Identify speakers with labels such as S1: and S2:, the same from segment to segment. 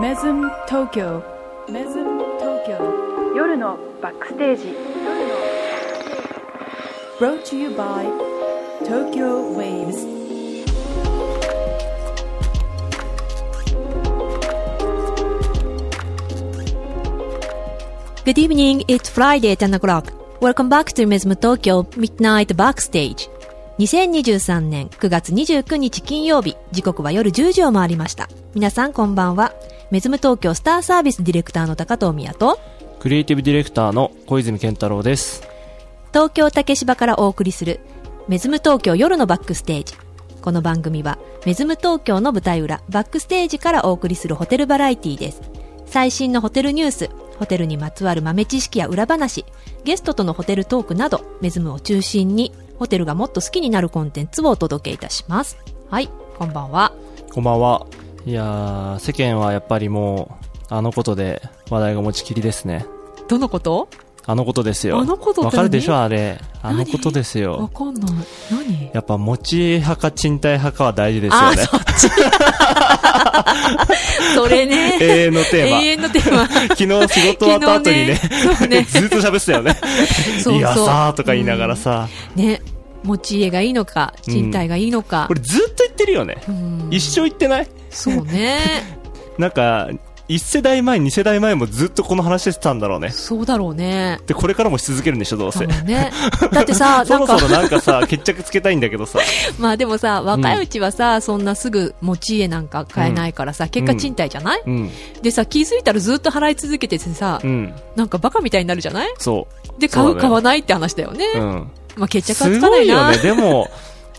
S1: メズム東京メズム東京夜のバックステージ夜のバックステージ Brought to you by Tokyo Waves
S2: Good evening, it's Friday 10 o'clock. Welcome back to Mesmo Tokyo Midnight Backstage. 2023年9月29日金曜日、時刻は夜10時を回りました。皆さんこんばんは。メズム東京スターサービスディレクターの高藤美也と、
S3: クリエイティブディレクターの小泉健太郎です。
S2: 東京竹芝からお送りする、メズム東京夜のバックステージ。この番組は、メズム東京の舞台裏、バックステージからお送りするホテルバラエティです。最新のホテルニュース、ホテルにまつわる豆知識や裏話、ゲストとのホテルトークなど、メズムを中心に、ホテルがもっと好きになるコンテンツをお届けいたします。はい、こんばんは。
S3: こんばんは。いやー、世間はやっぱりもう、あのことで話題が持ちきりですね。
S2: どのこと
S3: あのことですよ。
S2: あのことって
S3: わかるでしょ、
S2: 何
S3: あれ。あのことです
S2: わ
S3: よ。
S2: かんない。何
S3: やっぱ、持ち派か賃貸派かは大事です
S2: あ
S3: よ
S2: あ、
S3: ね。
S2: そっち。それね。
S3: 永遠のテーマ
S2: 永遠のテー マ。
S3: 昨日仕事終わった後にね、
S2: 昨日ねそ
S3: ずっと喋ってたよね。
S2: そうそう
S3: いやさーとか言いながらさ、
S2: ね、持ち家がいいのか、賃貸がいいのか。
S3: これずっと言ってるよね。
S2: うん
S3: 一生言ってない
S2: そうね。
S3: なんか、一世代前、二世代前もずっとこの話してたんだろうね。
S2: そうだろうね。
S3: で、これからもし続けるんでしょ、どう
S2: 多
S3: せ。
S2: 分ね。だって さ、
S3: そ
S2: なん
S3: ろ
S2: か
S3: そ、ろなんか さ、決着つけたいんだけどさ。
S2: まあでもさ、若いうちはさ、そんなすぐ持ち家なんか買えないからさ、結果
S3: うん
S2: 賃貸じゃない、
S3: うん。
S2: でさ、気づいたらずっと払い続けててさ、
S3: うん。
S2: なんかバカみたいになるじゃない
S3: そ
S2: で、
S3: そ
S2: 買
S3: うだ
S2: う、
S3: ね
S2: 買わないって話だよね。
S3: う。うん。
S2: まあ決着は
S3: す
S2: つかな
S3: ご
S2: い
S3: いよ
S2: な。
S3: ね。でも、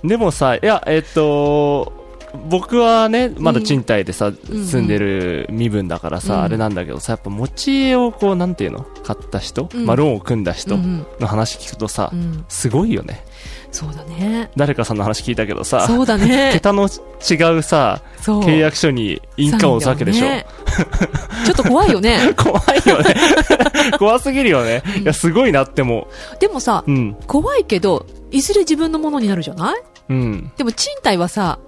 S3: でもさ、いや、えっと、僕はね、まだ賃貸でさ、
S2: ん
S3: 住んでる身分だからさ、
S2: うん
S3: あれなんだけどさ、やっぱ持ち家をこう、なんていうの買った人、
S2: うん
S3: まあ、ローンを組んだ人
S2: うんうん
S3: の話聞くとさ、
S2: うん、
S3: すごいよね。
S2: そうだね。
S3: 誰かさんの話聞いたけどさ、
S2: そうだね。
S3: 桁の違うさ、
S2: そう。
S3: 契約書に印鑑を押すわけでしょ。
S2: サインだよねちょっと怖いよね。
S3: 怖いよね。 怖すぎるよね。いや、すごいなっても
S2: でもさ
S3: う。、うん。
S2: 怖いけど、いずれ自分のものになるじゃない
S3: うん。
S2: でも賃貸はさ、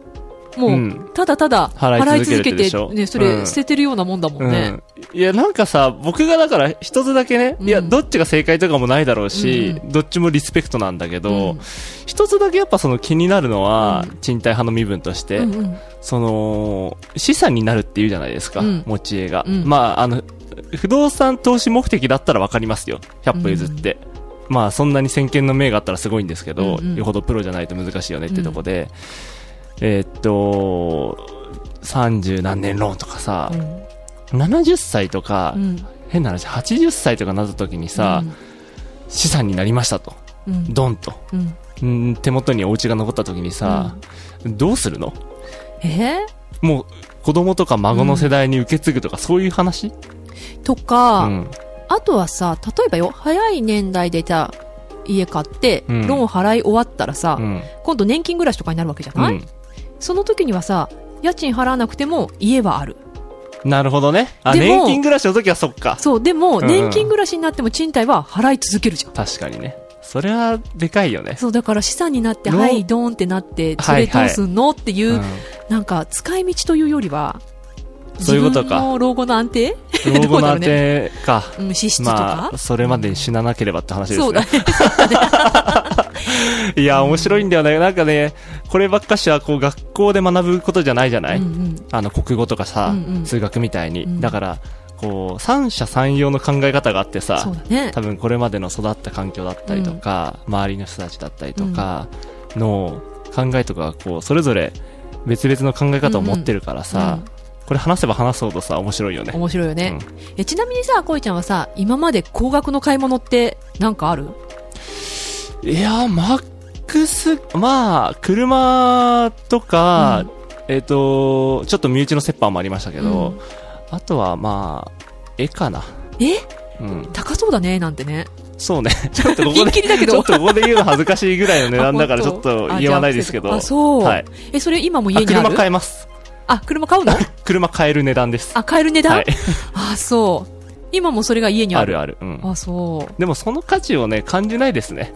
S2: もう、
S3: うん
S2: ただただ
S3: 払い
S2: 払い続け
S3: 続けてるで
S2: て
S3: しょ、
S2: ね、そうれ
S3: ん
S2: 捨ててるようなもんだもんね。
S3: うん、いやなんかさ僕がだから一つだけね、
S2: うん
S3: いやどっちが正解とかもないだろうし、
S2: う
S3: どっちもリスペクトなんだけど、
S2: うん
S3: 一つだけやっぱその気になるのは、
S2: う
S3: 賃貸派の身分として、
S2: うんうん
S3: その資産になるっていうじゃないですか、
S2: うん
S3: 持ち家が、
S2: うん
S3: まああの不動産投資目的だったら分かりますよ100歩譲って、まあそんなに先見の明があったらすごいんですけど、
S2: うんうん
S3: よほどプロじゃないと難しいよねってとこで、えーっと30何年ローンとかさ、70歳とか、
S2: うん
S3: 変な話80歳とかなった時にさ、資産になりましたと
S2: うん
S3: ドンと
S2: うん
S3: うん手元にお家が残った時にさ、どうするの
S2: え
S3: もう子供とか孫の世代に受け継ぐとか、そういう話
S2: ーと
S3: う
S2: か、
S3: ん
S2: あとはさ、例えばよ、早い年代でじゃあ家買って、
S3: うん
S2: ローンを払い終わったらさ、
S3: うん
S2: 今度年金暮らしとかになるわけじゃない、
S3: う
S2: その時にはさ、家賃払わなくても家はある。
S3: んなるほどねあ
S2: でも
S3: 年金暮らしの時はそっか
S2: そう、でも、
S3: うん
S2: 年金暮らしになっても賃貸は払い続けるじゃん。
S3: 確かにねそれはでかいよね
S2: そう、だから資産になって、
S3: の
S2: はい、ドーンってなって、そ
S3: は
S2: れ
S3: い
S2: ど
S3: はいう
S2: すんのっていう、
S3: うん
S2: なんか、使い道というよりは、
S3: そういうこと
S2: 自
S3: か
S2: 分の老後の安定
S3: 老
S2: ど
S3: 後
S2: うだろ
S3: の
S2: う
S3: 安
S2: ね。
S3: 定か、
S2: うん、支出とか、
S3: まあそれまでに死ななければって話ですね
S2: そうだね。
S3: いや、面白いんだよね。なんかね、こればっかしは、こう、学校で学ぶことじゃないじゃない、
S2: うんうん
S3: あの、国語とかさ、
S2: うんうん
S3: 数学みたいに。
S2: うん
S3: だから、こう、三者三様の考え方があって
S2: そう
S3: さ、
S2: だね。
S3: 多分これまでの育った環境だったりとか、周りの人たちだったりとか、の考えとかが、こう、それぞれ別々の考え方を持ってるからさ、これ話せば話すほどさ、面白いよね。
S2: 面白いよね。えちなみにさ、こいちゃんはさ、今まで高額の買い物ってなんかある
S3: いやー、マックス、まあ、車とか、えっ、と、ちょっと身内の折半もありましたけど、
S2: うん
S3: あとはまあ、絵かな。
S2: え
S3: うん。
S2: 高そうだね、なんてね。
S3: そう ね。ちょっとこ
S2: ピ
S3: こ
S2: ン
S3: で、
S2: キリだけ
S3: ちょ
S2: ど
S3: っ。とここで言うの恥ずかしいぐらいの値段だから
S2: あ
S3: ちょ
S2: 本
S3: っ
S2: 当
S3: と
S2: あ
S3: 言わないですけど。
S2: あ、そう。
S3: はい。
S2: え、それ今も
S3: あ
S2: 家にある
S3: 車買えます。
S2: あ、車 買うの
S3: 車買える値段です。
S2: あ、買える値段、
S3: はい。
S2: あ、そう。今もそれが家にあ
S3: あ
S2: る。
S3: るある。うん。
S2: あ、そう。
S3: でもその価値をね、感じないですね。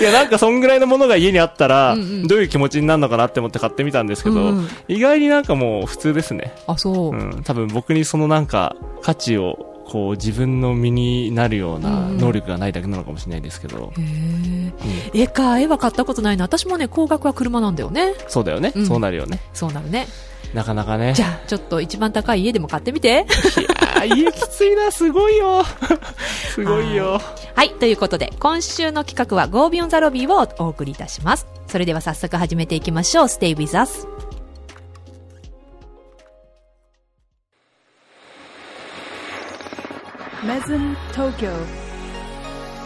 S3: いや、なんかそんぐらいのものが家にあったら、
S2: うんうん
S3: どういう気持ちになるのかなって思って買ってみたんですけど、
S2: うんうん
S3: 意外になんかもう普通ですね。
S2: あ、そうう。
S3: ん。多分僕にそのなんか価値を、こう自分の身になるような能力がないだけなのかもしれないですけど、
S2: へえ。絵か、絵は買ったことないな。私もね、高額は車なんだよね。
S3: そうだよね、
S2: うん
S3: そうなるよね。
S2: そうなるね。
S3: なかなかね。
S2: じゃあ、ちょっと一番高い家でも買ってみて。
S3: あー、家きついな、すごいよ。すごいよ。
S2: はい、ということで、今週の企画は Go Beyond the Lobby をお送りいたします。それでは早速始めていきましょう。Stay with us。
S1: Mezzum Tokyo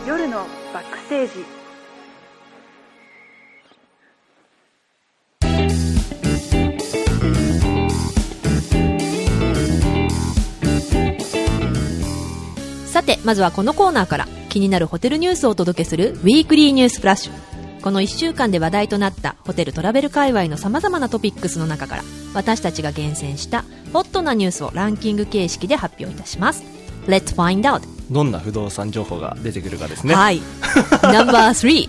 S1: 夜のバックステージ
S2: さて、まずはこのコーナーから気になるホテルニュースをお届けするウィークリーニュースフラッシュ。この1週間で話題となったホテルトラベル界隈の様々なトピックスの中から私たちが厳選したホットなニュースをランキング形式で発表いたします。Let's find out!
S3: どんな不動産情報が出てくるかですね。
S2: はい。ナンバー3。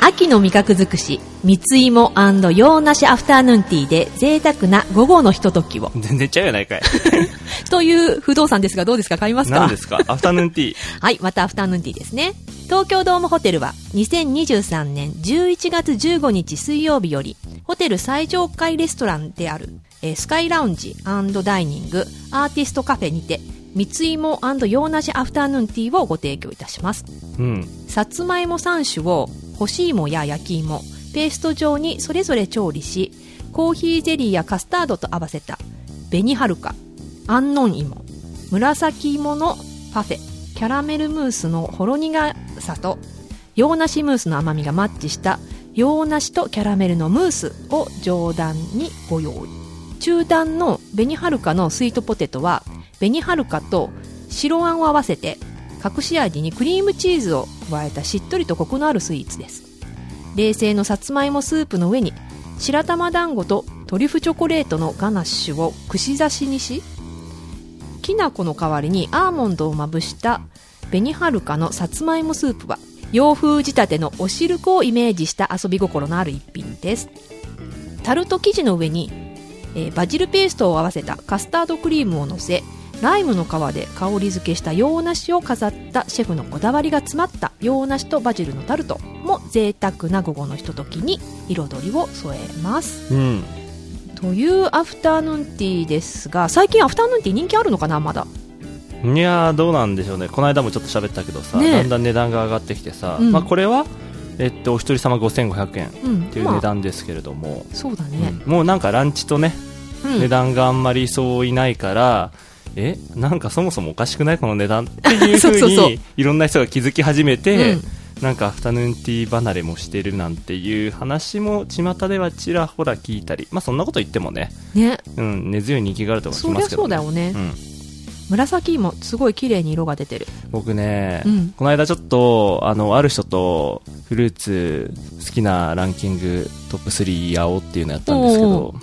S2: 秋の味覚尽くし、蜜芋洋梨アフターヌーンティーで贅沢な午後のひとときを。
S3: 全然ちゃうやないかい。
S2: という不動産ですがどうですか買いますか
S3: 何ですかアフタヌーンティー。
S2: はい、またアフタヌーンティーですね。東京ドームホテルは2023年11月15日水曜日より、ホテル最上階レストランである、えースカイラウンジダイニングアーティストカフェにて、蜜芋洋梨アフタヌーンティーをご提供いたします。
S3: うん。
S2: さつまいも3種を干し芋や焼き芋ペースト状にそれぞれ調理しコーヒーゼリーやカスタードと合わせた紅はるか安納芋紫芋のパフェキャラメルムースのほろ苦さと洋梨ムースの甘みがマッチした洋梨とキャラメルのムースを上段にご用意中段の紅はるかのスイートポテトは紅はるかと白あんを合わせて隠し味にクリームチーズを加えたしっとりとコクのあるスイーツです冷製のさつまいもスープの上に白玉団子とトリュフチョコレートのガナッシュを串刺しにしきな粉の代わりにアーモンドをまぶした紅はるかのさつまいもスープは洋風仕立てのお汁粉をイメージした遊び心のある一品ですタルト生地の上に、えーバジルペーストを合わせたカスタードクリームをのせライムの皮で香り付けした洋梨を飾ったシェフのこだわりが詰まった洋梨とバジルのタルトも贅沢な午後のひとときに彩りを添えます
S3: うん。
S2: というアフタヌーンティーですが最近アフタヌーンティー人気あるのかなまだ
S3: いやーどうなんでしょうね、この間もちょっと喋ったけどさ、
S2: ねえ
S3: だんだん値段が上がってきてさ、
S2: うん
S3: まあ、これは、えっと、お一人様5500円
S2: うん
S3: という
S2: ま
S3: 値
S2: あ
S3: 段ですけれども、
S2: そうだね、
S3: うんもうなんかランチとね、
S2: うん
S3: 値段があんまりそういないから、えなんかそもそもおかしくないこの 値段っていうふ
S2: そうそうそう
S3: にいろんな人が気づき始めて、
S2: うん
S3: なんかアフタヌーンティー離れもしてるなんていう話も巷ではちらほら聞いたり、まあ、そんなこと言ってもね、
S2: ね
S3: うん、根強い人気があると思
S2: そ
S3: い
S2: り
S3: ま
S2: ゃ
S3: すけ
S2: そ
S3: ど、
S2: うだよね、
S3: うん
S2: 紫芋すごい綺麗に色が出てる
S3: 僕ね、
S2: うん
S3: この間ちょっとあのある人とフルーツ好きなランキングトップ3やおうっていうのやったんですけ
S2: お
S3: ど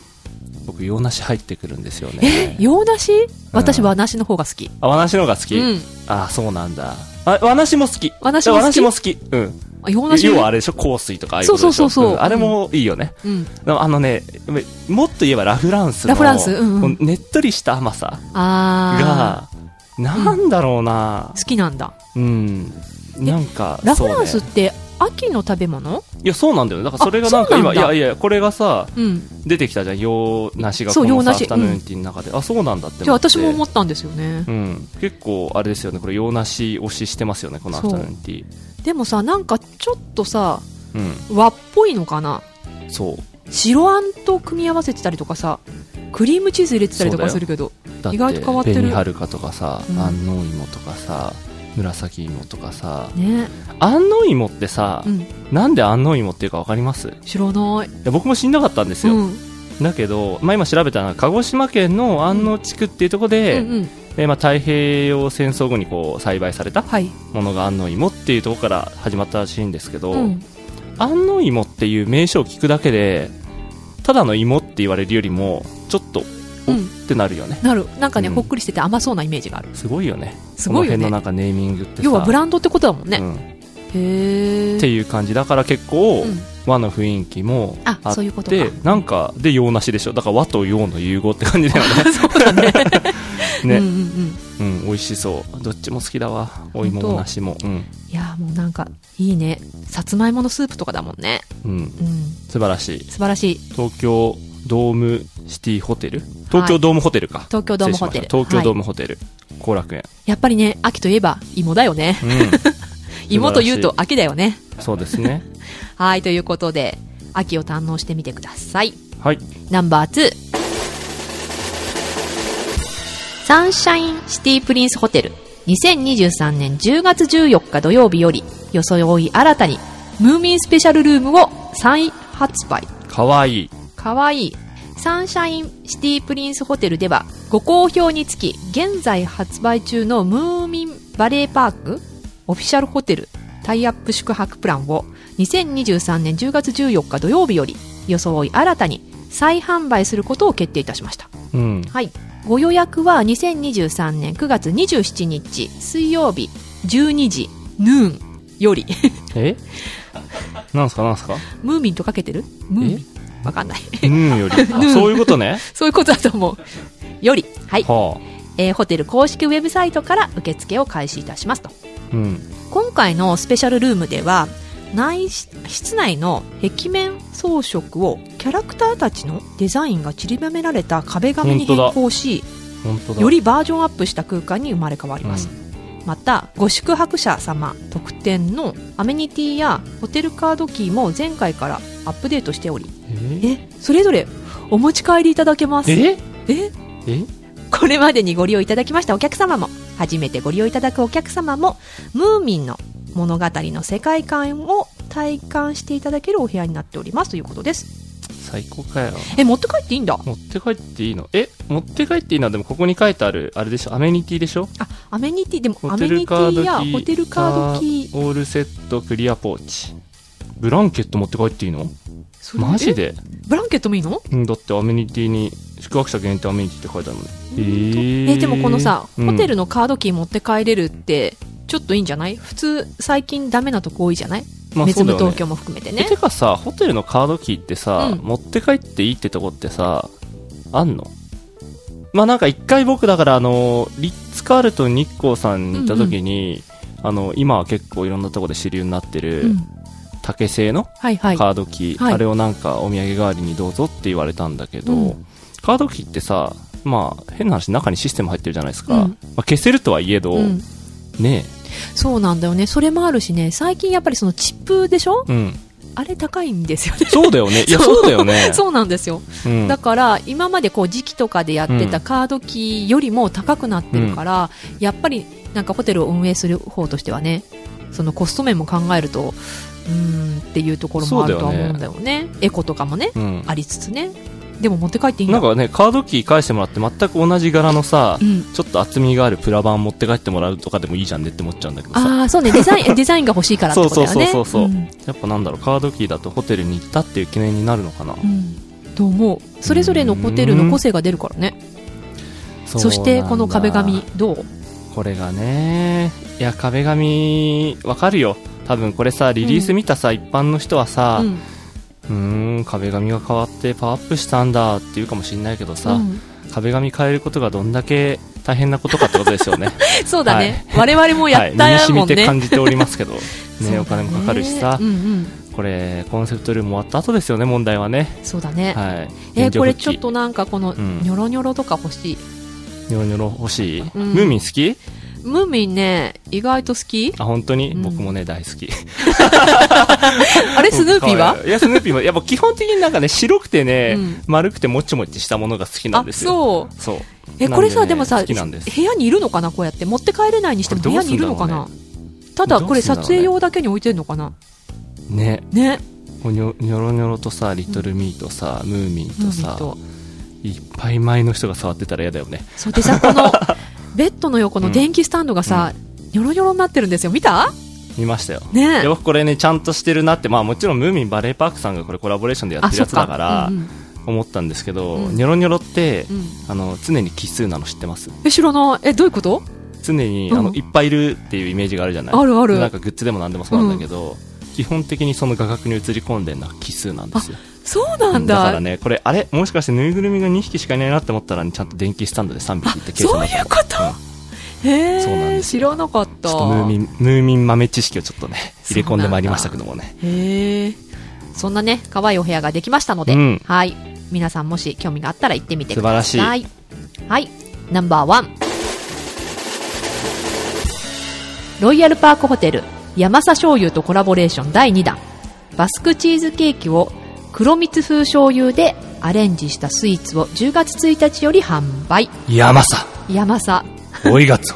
S3: 僕洋梨入ってくるんですよね
S2: え洋梨、私は梨の方が好き
S3: あ和梨の方が好き、
S2: うん
S3: あそうなんだあ和梨も好き
S2: 和梨も好き
S3: 和梨も好きうん
S2: あ洋梨
S3: 要はあれでしょ香水とかああいうことでしょ
S2: そうそうそうそうん
S3: あれもいいよね、
S2: うん
S3: でもあのねもっと言えばラフランスの
S2: ラフランスうんうん
S3: こねっとりした甘さ
S2: あ
S3: がなんだろうな
S2: あ好きなんだ
S3: うん、なんか
S2: ラフ
S3: そうね
S2: ランスって秋の食べ物
S3: いや、そうなんだよね。だからそれがなん
S2: あ
S3: か
S2: そうなん
S3: 今、い
S2: だ
S3: やいや、これがさ、
S2: うん
S3: 出てきたじゃん。洋梨が
S2: そ
S3: こ
S2: う
S3: の
S2: 洋
S3: さア
S2: 梨
S3: フタヌーンティーの中で。あ、そうなんだって思って。
S2: じゃあ私も思
S3: っ
S2: ったんですよね
S3: うん。結構、あれですよね。これ洋梨推ししてますよね。このアフタヌーンティー。
S2: でもさなんかちょっとさ
S3: う。
S2: 和っぽいのかなん
S3: そう。
S2: 白あんと組み合わせてたりとかさクリームチーズ入れてたりとかす
S3: そうだ
S2: る
S3: よ
S2: けど
S3: だって
S2: 意外と変わってる
S3: 紅はるかとかさ
S2: う、ん
S3: 安納芋とかさ、紫芋とかさ。
S2: ね
S3: 安納芋ってさ
S2: う、ん
S3: なんで安納芋っていうかわかりますい
S2: 知らない
S3: や僕も知んなかったんです
S2: う
S3: よ。
S2: ん
S3: だけど、まあ今調べたのは、鹿児島県の安納地区っていうところで、
S2: うんうん
S3: でまあ、太平洋戦争後にこう栽培された
S2: はい
S3: ものが安納芋っていうところから始まったらしいんですけど、
S2: うん
S3: 安納芋っていう名称を聞くだけでただの芋って言われるよりもちょっと
S2: うん
S3: ってなるよね
S2: なるなんかね、
S3: うん
S2: ほっくりしてて甘そうなイメージがある
S3: すごいよね
S2: すごいよ
S3: この辺のな
S2: ね
S3: んかネーミングってさ
S2: 要はブランドってことだもんね、
S3: うん
S2: へえ
S3: っていう感じだから結構、
S2: うん
S3: 和の雰囲気もあ
S2: あ
S3: って
S2: そういうことか
S3: なんかで洋梨でしょだから和と洋の融合って感じだよ
S2: そうだね
S3: ね
S2: うんう
S3: ね、
S2: んうん
S3: うん美味しそうどっちも好きだわお芋
S2: 本
S3: も
S2: 当
S3: 梨もうん、
S2: いやーもうなんかいいねさつまいものスープとかだもんね
S3: うん、
S2: うん
S3: 素晴らしい
S2: 素晴らしい
S3: 東京ドームシティホテル東京ドームホテルか、
S2: 東京ドームホテル
S3: 失礼しました東京ドー
S2: はい
S3: ムホテル後、楽園、
S2: やっぱりね秋といえば芋だよね芋というと秋だよね
S3: うん、そうですね
S2: はいということで秋を堪能してみてください
S3: はい
S2: ナンバー2サンシャインシティプリンスホテル2023年10月14日土曜日よりよそよい新たにムーミンスペシャルルームを再発売
S3: かわいい
S2: かわいいサンシャインシティプリンスホテルではご好評につき現在発売中のムーミンバレーパークオフィシャルホテルタイアップ宿泊プランを2023年10月14日土曜日より装い新たに再販売することを決定いたしました
S3: うん
S2: はい、ご予約は2023年9月27日水曜日12時ヌーンより
S3: えなんすかなんすか
S2: ムーミンとかけてるムーミンわかんない
S3: う んよりあ
S2: うん
S3: そういうことね
S2: そういうことだと思うよりはい
S3: は
S2: えーホテル公式ウェブサイトから受付を開始いたしますと
S3: あうん
S2: 今回のスペシャルルームでは内し室内の壁面装飾をキャラクターたちのデザインが散りばめられた壁紙に
S3: 本当だ
S2: 変更し
S3: 本当だ
S2: よりバージョンアップした空間に生まれ変わります、またご宿泊者様特典のアメニティやホテルカードキーも前回からアップデートしており
S3: え
S2: えそれぞれお持ち帰りいただけます
S3: え
S2: え
S3: え
S2: これまでにご利用いただきましたお客様も初めてご利用いただくお客様もムーミンの物語の世界観を体感していただけるお部屋になっておりますということです
S3: 最高かよ
S2: え持って帰っていいんだ
S3: 持って帰っていいのえ持って帰っていいのはでもここに書いてあるあれでしょアメニティでしょ
S2: あアメニティでも
S3: ホ
S2: アメ
S3: テル
S2: ニテ
S3: カード
S2: ィ
S3: キ
S2: や
S3: ー
S2: ホテルカードキー
S3: オールセットクリアポーチブランケット持って帰っていいの
S2: それ
S3: マジで
S2: えブランケットもいいの
S3: うんだってアメニティに宿泊者限定アメニティって書いてあるもんねえ
S2: え
S3: ー
S2: でもこのさ、
S3: うん
S2: ホテルのカードキー持って帰れるってちょっといいんじゃない普通最近ダメなとこ多いじゃない、
S3: まあ
S2: メズム
S3: そうだよね
S2: 東京も含めて
S3: え
S2: ね
S3: てかさホテルのカードキーってさ、
S2: うん
S3: 持って帰っていいってとこってさあんのまあなんか一回僕だからあのリッツ・カールトン日光さんに行った時に、あの今は結構いろんなとこで主流になってる、
S2: うん、
S3: 竹製の
S2: はいはい
S3: カードキー、
S2: はい
S3: あれをなんかお土産代わりにどうぞって言われたんだけど、
S2: うん
S3: カードキーってさまあ変な話中にシステム入ってるじゃないですか、
S2: うん
S3: まあ、消せるとはいえど、
S2: うん、
S3: ね
S2: そうなんだよねそれもあるしね最近やっぱりそのチップでしょ
S3: え、うん、
S2: あれ高いんですよね
S3: そうだよねいやそうだよね
S2: そうなんですよ
S3: うん
S2: だから今までこう時期とかでやってたカードキーよりも高くなってるから、やっぱりなんかホテルを運営する方としてはねそのコスト面も考えるとうーんっていうところもあるとは思うんだよねエコとかもね
S3: うん
S2: ありつつねでも持って帰っていいんだ
S3: なんかね、カードキー返してもらって全く同じ柄のさ
S2: う、ん
S3: ちょっと厚みがあるプラ板持って帰ってもらうとかでもいいじゃんねって思っちゃうんだけどさ。
S2: ああそうねデザ インデザインが欲しいからってことだよね
S3: そうそうそうそうそ
S2: ん
S3: やっぱなんだろう、カードキーだとホテルに行ったっていう記念になるのかな。
S2: うんと思うそれぞれのホテルの個性が出るからね
S3: そ
S2: そうして
S3: なんだ
S2: この壁紙。どう
S3: これがね、いや、壁紙、わかるよ。多分これさ、リリース見たさ、一般の人はさ、
S2: うん
S3: うーん、壁紙が変わってパワーアップしたんだっていうかもしんないけどさ、
S2: うん
S3: 壁紙変えることがどんだけ大変なことかってことですよね。
S2: そうだね、我々もやっ
S3: はい、身に
S2: た
S3: 染
S2: も
S3: み
S2: ん
S3: て
S2: ね
S3: 感じておりますけど、ね
S2: そうだね
S3: お金もかかるしさ
S2: う、んうん
S3: これコンセプトルーム終わった後ですよね問題はね
S2: そうだね、
S3: はい
S2: え
S3: 現
S2: ー
S3: 状
S2: これ
S3: 復帰
S2: ちょっとなんかこの
S3: ん
S2: ニョロニョロとか欲しい、
S3: ニョロニョロ欲しい、
S2: ん
S3: ムーミン好き
S2: ムーミンね意外と好き
S3: あ本当に、
S2: うん
S3: 僕もね大好き
S2: あれスヌーピーは
S3: いやスヌーピーもやっぱ基本的になんかね白くてね、
S2: うん
S3: 丸くてもちもちしたものが好きなん
S2: あ
S3: ですよ
S2: そう
S3: そう
S2: えこれさ
S3: なん
S2: で
S3: でね
S2: もさ
S3: 好きなんです
S2: 部屋にいるのかなこうやって持って帰れないにしても
S3: こ
S2: 部屋
S3: れどうす
S2: に
S3: ん
S2: い
S3: だ
S2: る
S3: ろう
S2: の
S3: ね
S2: かな、ただこれ
S3: どうすんだろう
S2: 撮
S3: ね
S2: 影用だけに置いてんのかな
S3: ね
S2: ね
S3: こうニョニョロニョロとさリトルミーとさ、ムーミン
S2: ム
S3: と
S2: ーミン
S3: さ
S2: と
S3: いっぱい前の人が触ってたら嫌だよね
S2: そうでさこ のベッドの横の電気スタンドがさ、ニョロニョロになってるんですよ見た
S3: 見ましたよ
S2: ね
S3: で僕これねちゃんとしてるなってまあもちろんムーミンバレーパークさんがこれコラボレーションでやってるやつだから
S2: うんうん
S3: 思ったんですけど、
S2: うん
S3: ニョロニョロって、
S2: うん
S3: あの常に奇数なの知ってます
S2: え知らないえどういうこと
S3: 常に、
S2: うん
S3: あのいっぱいいるっていうイメージがあるじゃない
S2: あるある
S3: なんかグッズでも何でもそうなんだけど、基本的にその画角に映り込んでるのは奇数なんですよ
S2: そうなん
S3: だ
S2: だ
S3: からねこれあれもしかしてぬいぐるみが2匹しかいないなって思ったら、ちゃんと電気スタンドで3匹ってケースに
S2: そう
S3: なっ
S2: い
S3: て
S2: うこと、へ
S3: そうなん
S2: え
S3: です
S2: 知らなかった
S3: ちょっとムーミンムーミン豆知識をちょっとね入れ込んでまいりましたけどもね
S2: へえそんなね可愛いお部屋ができましたので、
S3: うん
S2: はい皆さんもし興味があったら行ってみてください
S3: 素晴ら
S2: しいはいナンバーワンロイヤルパークホテル山佐醤油とコラボレーション第2弾バスクチーズケーキを黒蜜風醤油でアレンジしたスイーツを10月1日より販売
S3: 山さ
S2: 山佐
S3: おいがつ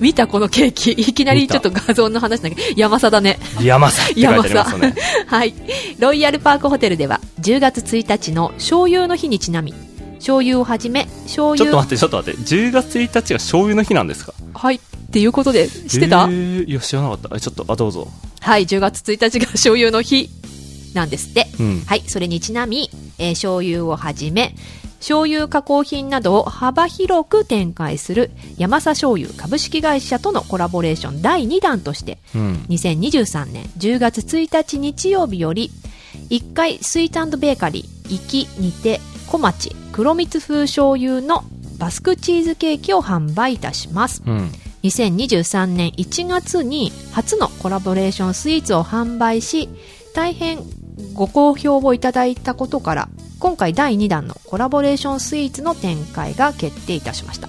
S2: 見たこのケーキいきなりちょっと画像の話だけど山佐だね
S3: 山さって書いてあ
S2: 山
S3: ります
S2: さ
S3: よ
S2: ん、
S3: ね
S2: はいロイヤルパークホテルでは10月1日の醤油の日にちなみ醤油をはじめ醤
S3: ちょっと
S2: 油
S3: 待ってちょっと待って10月1日が醤油の日なんですか
S2: はいっていうことで知ってた、
S3: えーいや知らなかったあちょっとあどうぞ
S2: はい10月1日が 醤油の日なんですって
S3: うん
S2: はいそれにちなみ、えー醤油をはじめ醤油加工品などを幅広く展開する山佐醤油株式会社とのコラボレーション第2弾として
S3: うん
S2: 2023年10月1日日曜日より1階スイートベーカリー行きにて小町黒蜜風醤油のバスクチーズケーキを販売いたします
S3: うん
S2: 2023年1月に初のコラボレーションスイーツを販売し大変ご好評をいただいたことから今回第2弾のコラボレーションスイーツの展開が決定いたしました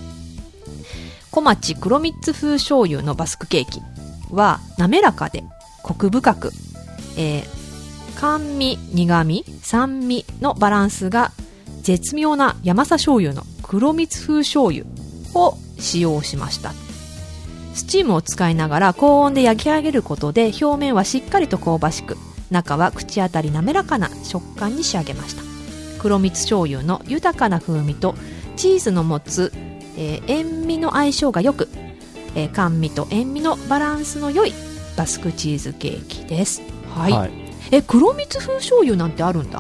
S2: 小町黒蜜風醤油のバスクケーキは滑らかでコク深く、えー甘味苦味酸味のバランスが絶妙な山佐醤油の黒蜜風醤油を使用しましたスチームを使いながら高温で焼き上げることで表面はしっかりと香ばしく中は口当たり滑らかな食感に仕上げました黒蜜醤油の豊かな風味とチーズの持つ、えー塩味の相性がよく、えー甘味と塩味のバランスの良いバスクチーズケーキですはい、
S3: はい
S2: え黒蜜風醤油なんてあるんだ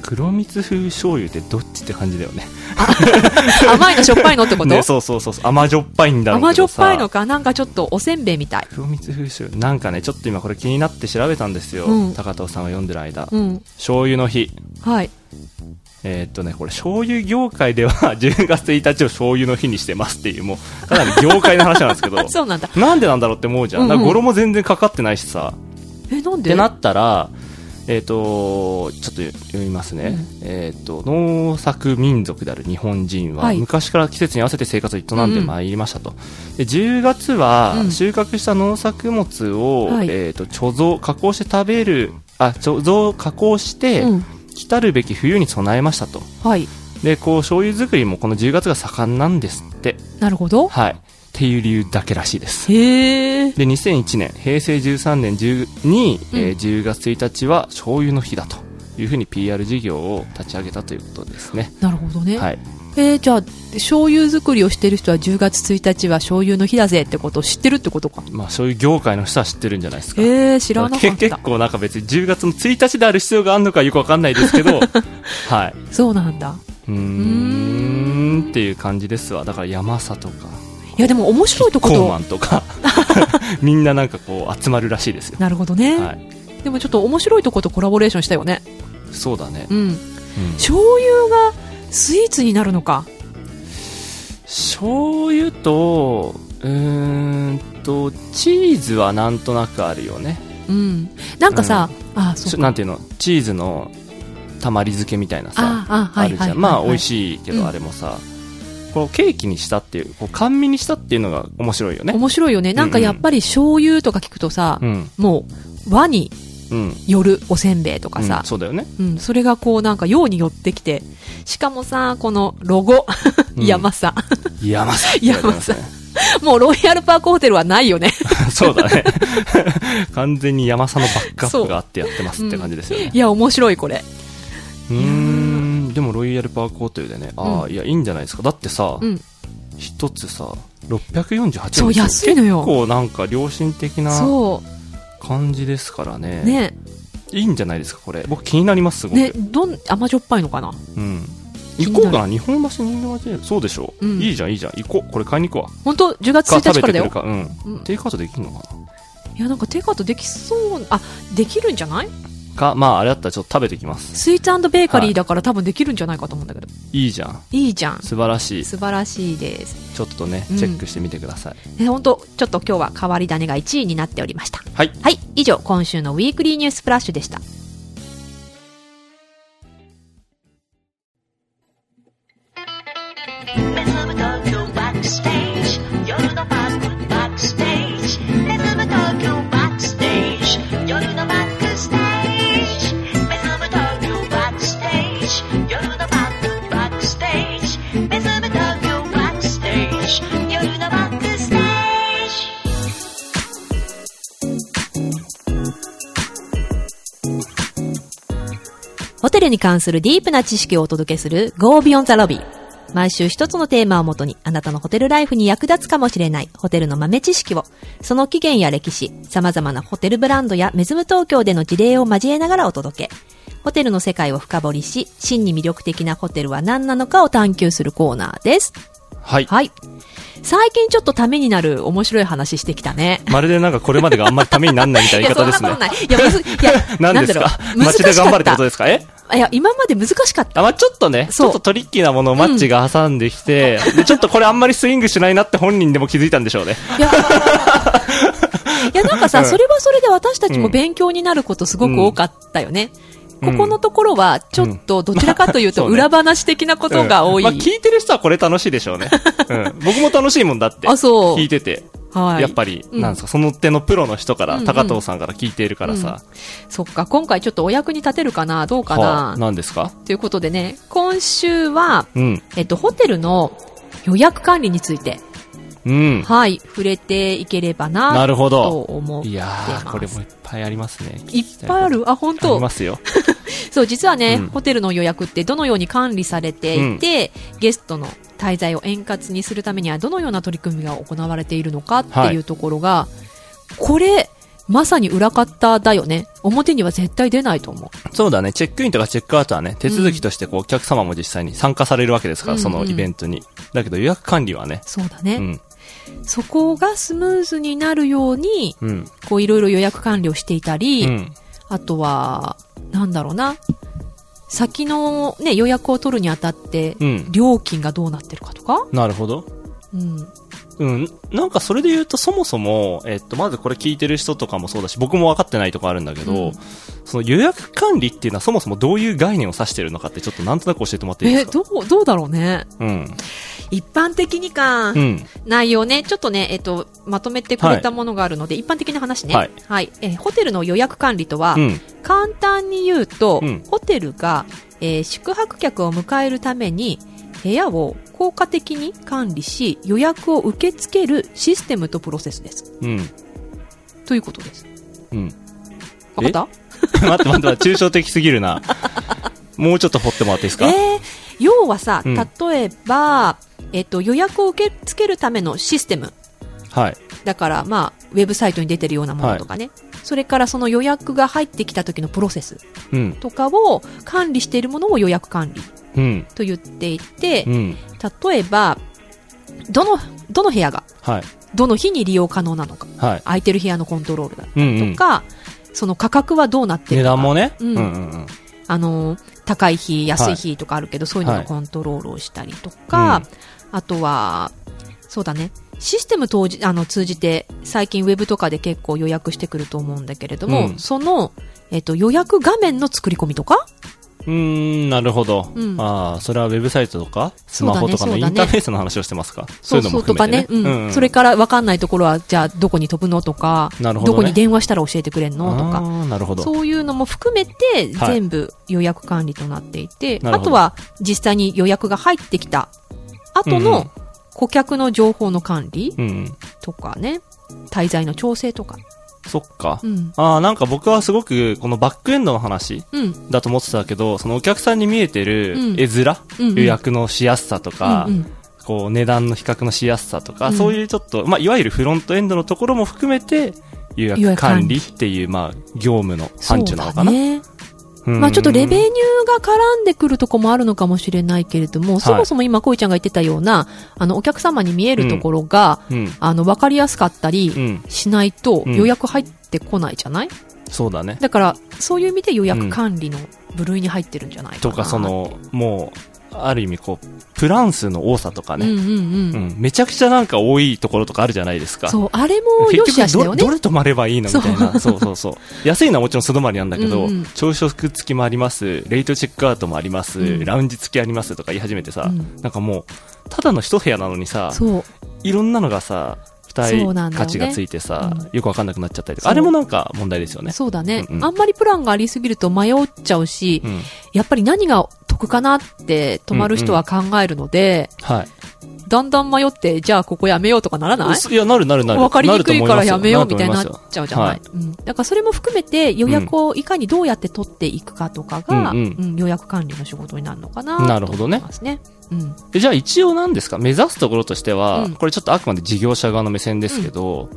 S3: 黒蜜風醤油ってどっちって感じだよね
S2: 甘いのしょっぱいのってこと、
S3: ねそうそうそうそう甘じょっぱいんだろう
S2: 甘
S3: け
S2: じょ
S3: ど
S2: っぱ
S3: さ
S2: いのかなんかちょっとおせんべいみたい
S3: 黒蜜風醤油なんかねちょっと今これ気になって調べたんですよ、
S2: うん
S3: 高藤さんが読んでる間、
S2: うん
S3: 醤油の日
S2: はい
S3: えーっとねこれ醤油業界では 10月1日を醤油の日にしてますっていうもうかなり業界の話なんですけど
S2: そうなんだ
S3: なんでなんだろうって思うじゃん,、
S2: うんうん
S3: 語呂も全然かかってないしさ
S2: えなん
S3: って
S2: で
S3: なったらえーっとちょっと読みますね、えーっと農作民族である日本人は、
S2: はい
S3: 昔から季節に合わせて生活を営んでまいりましたと、で10月は
S2: うん
S3: 収穫した農作物を、
S2: はい
S3: えーっと貯蔵加工して食べるあ貯蔵加工して、
S2: うん、
S3: 来たるべき冬に備えましたと
S2: はい
S3: でこう醤油作りもこの10月が盛んなんですって
S2: なるほど
S3: はいっていう理由だけらしいです
S2: へえ
S3: で2001年平成13年10に、
S2: うん
S3: えー10月1日は醤油の日だというふうに PR 事業を立ち上げたということですね
S2: なるほどね、
S3: はい
S2: えーじゃあ醤油作りをしてる人は10月1日は醤油の日だぜってことを知ってるってことか
S3: まあ醤油業界の人は知ってるんじゃないですか
S2: えー、知らなか
S3: け
S2: っ た
S3: 結構なんか別に10月の1日である必要があるのかよくわかんないですけ どはい
S2: そうなんだ
S3: うーんっていう感じですわだから山さとか
S2: いやでも面白いとこ
S3: コー
S2: と
S3: マンとか みんななんかこう集まるらしいですよ、
S2: なるほどね、
S3: はい、
S2: でもちょっと面白いとことコラボレーションしたよね
S3: そうだね、
S2: うん
S3: うん
S2: 醤油がスイーツになるのか
S3: 醤油とうーんとチーズはなんとなくあるよね
S2: うんなんかさ、ああそう
S3: なんていうのチーズのたまり漬けみたいなさ
S2: あああはい
S3: るじ
S2: は
S3: ゃ
S2: い
S3: ん、
S2: はい
S3: まあ美味
S2: い、
S3: しいけど、
S2: うん
S3: あれもさこのケーキにしたっていうこう甘味にしたっていうのが面白いよね
S2: 面白いよねなんかやっぱり醤油とか聞くとさ、
S3: うん
S2: もう和に
S3: うん
S2: よるおせんべいとかさ
S3: うん、そうだよね、
S2: うん、それがこうなんか用に寄ってきて、しかもさ、このロゴ、
S3: うん
S2: 山さ、
S3: 山さって言われてますね
S2: もうロイヤルパークホテルはないよね。
S3: そうだね 完全に山さのバックアップがあってやってますって感じですよね、
S2: いや、面白いこれ。
S3: うーんでもロイヤルパークホテルでねああ、
S2: うん
S3: いやいいんじゃないですかだってさ
S2: うん。
S3: 一、つさ648円です
S2: そう、
S3: よ
S2: 安いの
S3: 結
S2: よ。
S3: 構なんか良心的な
S2: そ
S3: 感じですからね
S2: う。ね。
S3: いいいんじゃないですかこれ僕気になりますすごく、
S2: ね、どん、甘じょっぱいのかな
S3: うん
S2: 気に
S3: 行
S2: なる
S3: こうかな日本橋人形町でそうでしょ、う
S2: うん
S3: いいじゃんいいじゃん行こうこれ買いに行くわ
S2: 本当10月
S3: か
S2: 1日
S3: 食べ
S2: からだ
S3: てく
S2: よ
S3: る。かうん
S2: うん
S3: テイクアウトできるのか
S2: いや、なんかテイクアウトできそう、あ、できるんじゃない
S3: なかまああれだったらちょっと食べてきます
S2: スイーツベーカリーだから多分できるんじゃないかと思うんだけど。
S3: いいじゃん
S2: いいじゃん。
S3: 素晴らしい
S2: 素晴らしいです。
S3: ちょっとね
S2: うん
S3: チェックしてみてください、
S2: ね、本当ちょっと今日は変わり種が1位になっておりました。
S3: はい
S2: はい、以上、今週のウィークリーニュースプラッシュでした。
S4: メズム東京バックステージ夜のバックバックステージメズム東京バックステージ夜のバックステージメズム東京バックステージ夜のバックバックステージメズム東京バックステージ夜のバックステージ
S2: ホテルに関するディープな知識をお届けする Go Beyond the Lobby。毎週一つのテーマをもとにあなたのホテルライフに役立つかもしれないホテルの豆知識を、その起源や歴史、様々なホテルブランドやメズム東京での事例を交えながらお届け。ホテルの世界を深掘りし、真に魅力的なホテルは何なのかを探求するコーナーです。
S3: はい
S2: はい。最近ちょっとためになる面白い話してきたね。
S3: まるでなんかこれまでがあんまりためになんないみたいな言い方ですね、
S2: いや、そんなことない。いや、むず、いや
S3: 何ですか
S2: なんだろう難し
S3: 街で頑張るって
S2: か
S3: こ
S2: っ
S3: とですかえ
S2: た。いや、今まで難しかった。
S3: あ、まあ、ちょっとね、ち
S2: そう
S3: ょっとトリッキーなものをマッチが挟んできて、で、ちょっとこれあんまりスイングしないなって本人でも気づいたんでしょうね。
S2: い や、いやなんか
S3: う
S2: さ、
S3: ん
S2: それはそれで私たちも
S3: うん
S2: 勉強になることすごく多かったよね。
S3: うん
S2: ここのところは、ちょっと、どちらかというと、
S3: うんそうね
S2: 裏話的なことが多い。
S3: うんまあ、聞いてる人はこれ楽しいでしょうね。うん。僕も楽しいもんだっ て。
S2: あそう
S3: 聞いてて。
S2: はい。
S3: やっぱり、
S2: うん
S3: なんですか、その手のプロの人から、
S2: うんうん
S3: 高藤さんから聞いているからさ。
S2: そっか、今回ちょっとお役に立てるかな、どうか
S3: はあ
S2: な、
S3: 何ですか
S2: ということでね、今週は、
S3: うん。
S2: えっと、ホテルの予約管理について、
S3: うん。
S2: はい、触れていければな、
S3: なるほど
S2: と思って
S3: い
S2: い
S3: や
S2: ます。
S3: ー、これもいっぱいありますね。
S2: いっぱいあるあ、本
S3: あ
S2: 当
S3: りますよ。
S2: そう、実はね、
S3: うん
S2: ホテルの予約ってどのように管理されていて、ゲストの滞在を円滑にするためにはどのような取り組みが行われているのかって
S3: はい
S2: いうところが、これ、まさに裏方だよね。表には絶対出ないと思う。
S3: そうだね、チェックインとかチェックアウトはね、手続きとしてこう、お客様も実際に参加されるわけです
S2: う
S3: か
S2: ん
S3: ら、
S2: うん
S3: そのイベントに。だけど予約管理はね、
S2: そうだ
S3: う
S2: ね。
S3: ん。
S2: そこがスムーズになるように、
S3: うん。
S2: こういろいろ予約管理をしていたり、
S3: うん。
S2: あとは、なんだろうな。先のね、予約を取るにあたって、
S3: うん
S2: 料金がどうなってるかとか、
S3: なるほど。
S2: うん、
S3: うん。なんかそれで言うと、そもそも、えっと、まずこれ聞いてる人とかもそうだし、僕も分かってないとこあるんだけ
S2: う
S3: ど、
S2: ん
S3: その予約管理っていうのはそもそもどういう概念を指してるのかってちょっとなんとなく教えてもらっていいで
S2: え、
S3: すか
S2: どう、どうだろうね。
S3: うん。
S2: 一般的にか、
S3: うん。
S2: 内容ね、ちょっとね、えっと、まとめてくれたものがあるので、一般的な話ね。は
S3: はいい。
S2: えーホテルの予約管理とは、
S3: うん。
S2: 簡単に言うと、
S3: うん
S2: ホテルが、えー宿泊客を迎えるために、部屋を効果的に管理し、予約を受け付けるシステムとプロセスです。
S3: うん。
S2: ということです。
S3: うん。
S2: わかった
S3: 待って待って待って、抽象的すぎるな。 もうちょっと掘ってもらっていいですか、
S2: えー要はさ、
S3: うん
S2: 例えば、えっと、予約を受け付けるためのシステム。
S3: はい。
S2: だから、まあ、ウェブサイトに出てるようなものとかね、それからその予約が入ってきた時のプロセス
S3: うん。
S2: とかを管理しているものを予約管理
S3: うん。
S2: と言っていて、
S3: うん。
S2: 例えば、どの、どの部屋が、
S3: はい。
S2: どの日に利用可能なのか、
S3: はい。
S2: 空いてる部屋のコントロールだ
S3: うん、うん。
S2: とか、その価格はどうなってる
S3: 値
S2: のか、
S3: 段もね。
S2: うん
S3: うんうん。
S2: あの、高い日、安い日とかあるけど、そういうののコントロールをしたりとか、
S3: はいうん
S2: あとは、そうだね、システム当時あの通じて、最近ウェブとかで結構予約してくると思うんだけれども、
S3: うん
S2: その、えっと、予約画面の作り込みとか
S3: うーん、なるほど。
S2: うん
S3: ああ、それはウェブサイトとか、ス
S2: そう
S3: マ
S2: だね
S3: ホとかの
S2: そう
S3: イ
S2: だね
S3: ンターフェースの話をしてますかそういうのも
S2: とか
S3: 含めて、ね。
S2: うんそれから分かんないところは、じゃあどこに飛ぶのとか
S3: なるほど
S2: ど
S3: ね
S2: こに電話したら教えてくれんのとか、
S3: ああ、なるほど。
S2: そういうのも含めて、
S3: はい
S2: 全部予約管理となっていて、
S3: なる
S2: あ
S3: ほど
S2: とは実際に予約が入ってきた後
S3: うんう
S2: の
S3: ん
S2: 顧客の情報の管理
S3: うんうん。
S2: とかね、滞在の調整とか。
S3: そっか。
S2: うん。
S3: ああ、なんか僕はすごく、このバックエンドの話
S2: うん。
S3: だと思ってたけど、そのお客さんに見えてる
S2: うん
S3: 絵面、
S2: うんうん
S3: 予約のしやすさとか、
S2: うんうん
S3: こう値段の比較のしやすさとか、
S2: うん
S3: そういうちょっと、まあ、いわゆるフロントエンドのところも含めて、予
S2: 予
S3: 約
S2: 約管
S3: 管
S2: 理
S3: 理っていう、まあ、業務の範疇なの
S2: そ
S3: か
S2: うだ
S3: な。
S2: ね。
S3: うん
S2: まあちょっとレベニューが絡んでくるとこもあるのかもしれないけれども、そもそも今、こいちゃんが言ってたような、あの、お客様に見えるところが、
S3: うん。
S2: あの、わかりやすかった
S3: う
S2: り
S3: ん。
S2: しないと
S3: うん
S2: 予約入ってこないじゃない、
S3: そうだね。
S2: だから、そういう意味で予約管理の部類に入ってるんじゃないか
S3: と
S2: な。
S3: か、そ、の、もう、ある意味、こう、プラン数の多さとか
S2: うんう
S3: ね。
S2: んうん。
S3: うん。めちゃくちゃなんか多いところとかあるじゃないですか。
S2: そう、あれも良し悪しだよ
S3: ど
S2: ね
S3: ど。れ泊まればいいのみたいな。そうそ うそう。安いのはもちろん素泊まりなんだけ
S2: う
S3: ど、
S2: んうん
S3: 朝食付きもあります、レイトチェックアウトもあります、
S2: うん
S3: ラウンジ付きありますとか言い始めてさ、
S2: うん
S3: なんかもう、ただの一部屋なのにさ、
S2: そう、
S3: いろんなのがさ、二
S2: そう
S3: 重
S2: なんだよね
S3: 価値がついてさ、
S2: うん
S3: よくわかんなくなっちゃったりと
S2: そう
S3: か、あれもなんか問題ですよね。
S2: そうだね、
S3: うんうん
S2: あんまりプランがありすぎると迷っちゃうし、
S3: うん。
S2: やっぱり何が得かなって泊まる人は考えるので、
S3: はい。
S2: だんだん迷って、じゃあここやめようとかならない
S3: いや、なるなるなる。
S2: わかりにくいからやめようみたいになっ
S3: なると思ます
S2: ちゃうじゃない。
S3: はい
S2: うん。だからそれも含めて予約をいかにどうやって取っていくかとかが、う
S3: うんん
S2: 予約管理の仕事になるのかな
S3: なるほどね
S2: と思いますね。うん。
S3: よえじゃあ一応なんですか目指すところとしては、
S2: うん
S3: これちょっとあくまで事業者側の目線ですけど、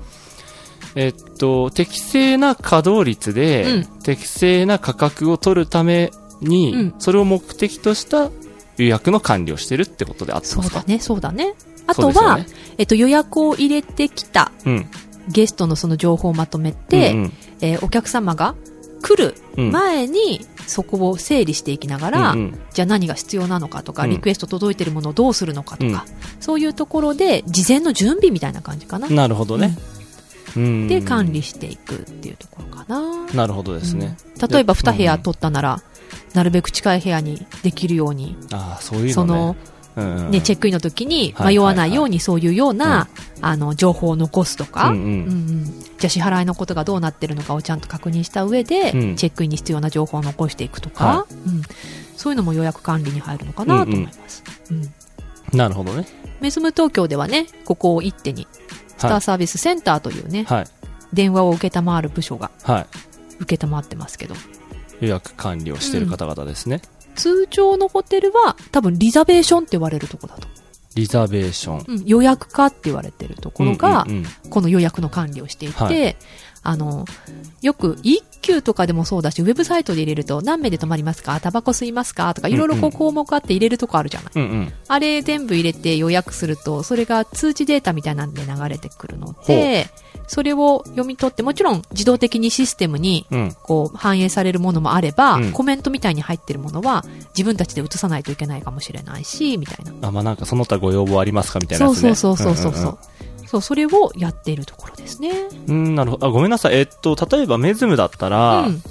S3: えっと、適正な稼働率で、
S2: うん
S3: 適正な価格を取るために、
S2: うん
S3: それを目的とした予約の管理をしてるってことであって
S2: そ
S3: ま
S2: う
S3: す
S2: だ
S3: か
S2: ね、そうだね。あ
S3: そ
S2: と
S3: うですよ
S2: は、
S3: ね
S2: えっと、予約を入れてきた
S3: うん。
S2: ゲストのその情報をまとめて、
S3: うん
S2: えーお客様が来る
S3: うん、
S2: 前に、そこを整理していきなが
S3: うん
S2: ら、
S3: うんうん
S2: じゃあ何が必要なのかとか、
S3: うん
S2: リクエスト届いてるものをどうするのかとか、そういうところで、事前の準備みたいな感じかな。
S3: なるほどね。うん
S2: で管理していくっていうところかな。
S3: なるほどですね。
S2: うん例えば2部
S3: う
S2: 屋
S3: ん
S2: 取ったなら、なるべく近い部屋にできるように、
S3: ああ、そういうのね。
S2: その、
S3: うんうんうん、
S2: ね、チェックインの時に
S3: はいはい
S2: 迷
S3: は
S2: わ
S3: い
S2: ないようにそういうような、あの、情報を残すとか、
S3: う
S2: うん
S3: んうん
S2: うんじゃあ支払いのことがどうなってるのかをちゃんと確認した上で、
S3: うん
S2: チェックインに必要な情報を残していくとか、うんそういうのも予約管理に入るのかなと思います。うん
S3: なるほどね。
S2: メズム東京ではね、ここを一手に、スタ
S3: は
S2: ーサービスセンターというね、
S3: い。はい。
S2: 電話を受けたまわる部署が
S3: は
S2: 受けたまってますけど、
S3: い。予約管理をしてる方々ですね。
S2: 通常のホテルは多分リザベーションって言われるとこだと、
S3: リザベーション。
S2: うん、予約化って言われてるところが、
S3: うんうんうん
S2: この予約の管理をしていて、
S3: はい
S2: あのよく一級とかでもそうだしウェブサイトで入れると何名で泊まりますかタバコ吸いますかとかいろいろこ
S3: う
S2: うん
S3: うん
S2: 項目あって入れるとこあるじゃない、
S3: うんうん。
S2: あれ全部入れて予約するとそれが通知データみたいなんで流れてくるのでそれを読み取ってもちろん自動的にシステムに
S3: うん。
S2: こう反映されるものもあれば、
S3: うん
S2: コメントみたいに入ってるものは自分たちで写さないといけないかもしれないし、みたいな。
S3: あ、まあ、なんかその他ご要望ありますかみたいな
S2: そ
S3: や
S2: う
S3: つ
S2: そ
S3: ね。
S2: うそうそうそう。
S3: んんん
S2: そう、それをやっているところですね。
S3: うん、なるほど。あ、ごめんなさい。えっと、例えばメズムだったら、
S2: うん。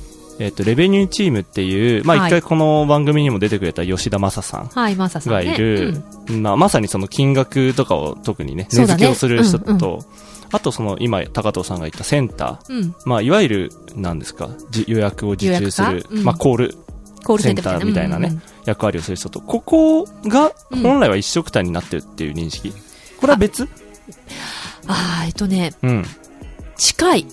S3: えっと、レベニューチームっていう、まあ、
S2: はい
S3: 一回この番組にも出てくれた吉田正さん
S2: はい、マーサさん、
S3: が
S2: ね。
S3: いる、まあ、まさにその金額とかを特にね、
S2: そう
S3: 値
S2: だね
S3: 付けをする人と、
S2: うん
S3: あとその今、高藤さんが言ったセンター、
S2: うん。うん。
S3: まあ、いわゆる、なんですか、じ予約を受注す
S2: 予
S3: る
S2: 約、かうん
S3: まあ、コール、
S2: コールセンター
S3: センターみたいなね
S2: うんうんうん
S3: 役割をする人と、ここが
S2: うん
S3: 本来は一緒くたになってるっていう認識。これは別
S2: あーえっとね、
S3: うん。
S2: 近い。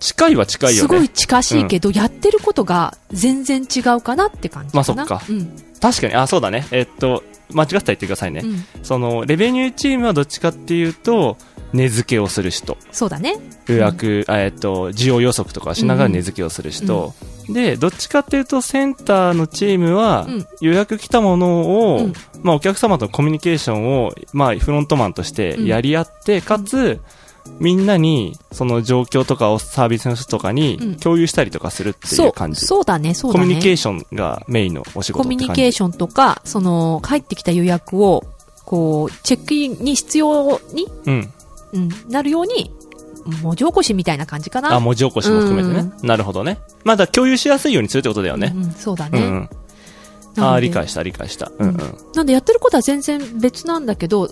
S3: 近いは近いよ
S2: すご
S3: ね
S2: い。近しいけど、やってることが全然違うかなって感じかな。
S3: まあそっか
S2: うん。
S3: 確かに、あ、そうだね。えっと、間違ってたら言ってくださいね。
S2: うん
S3: その、レベニューチームはどっちかっていうと、値付けをする人。
S2: そうだね。
S3: 予約、あえっと、需要予測とかしながら値付けをする人。で、どっちかっていうと、センターのチームは
S2: うん、
S3: 予約来たものを、
S2: うん
S3: まあ、お客様とのコミュニケーションを、まあ、フロントマンとしてやり合って、かつ、みんなに、その状況とかをサービスの人とか
S2: うん
S3: に共有したりとかするってい
S2: そう
S3: 感
S2: う、
S3: じ。
S2: そうだね、そうだ
S3: コ
S2: ね。
S3: ミュニケーションがメインのお仕
S2: コ
S3: 事
S2: ミ
S3: っ
S2: ュ
S3: て
S2: ニ
S3: 感
S2: ケー
S3: じ。
S2: ションとか、その、帰ってきた予約を、こう、チェックインに必要に、
S3: うん。
S2: うん、なるように、文字起こしみたいな感じかな。
S3: あ、文字起こしも含めてね。なるほどね。まあだから共有しやすいようにするってことだよね
S2: う。んうんそうだ
S3: う
S2: ね。
S3: んうん。
S2: なの
S3: あ
S2: で
S3: あ、理解した、理解した。うんうん。
S2: なんでやってることは全然別なんだけど、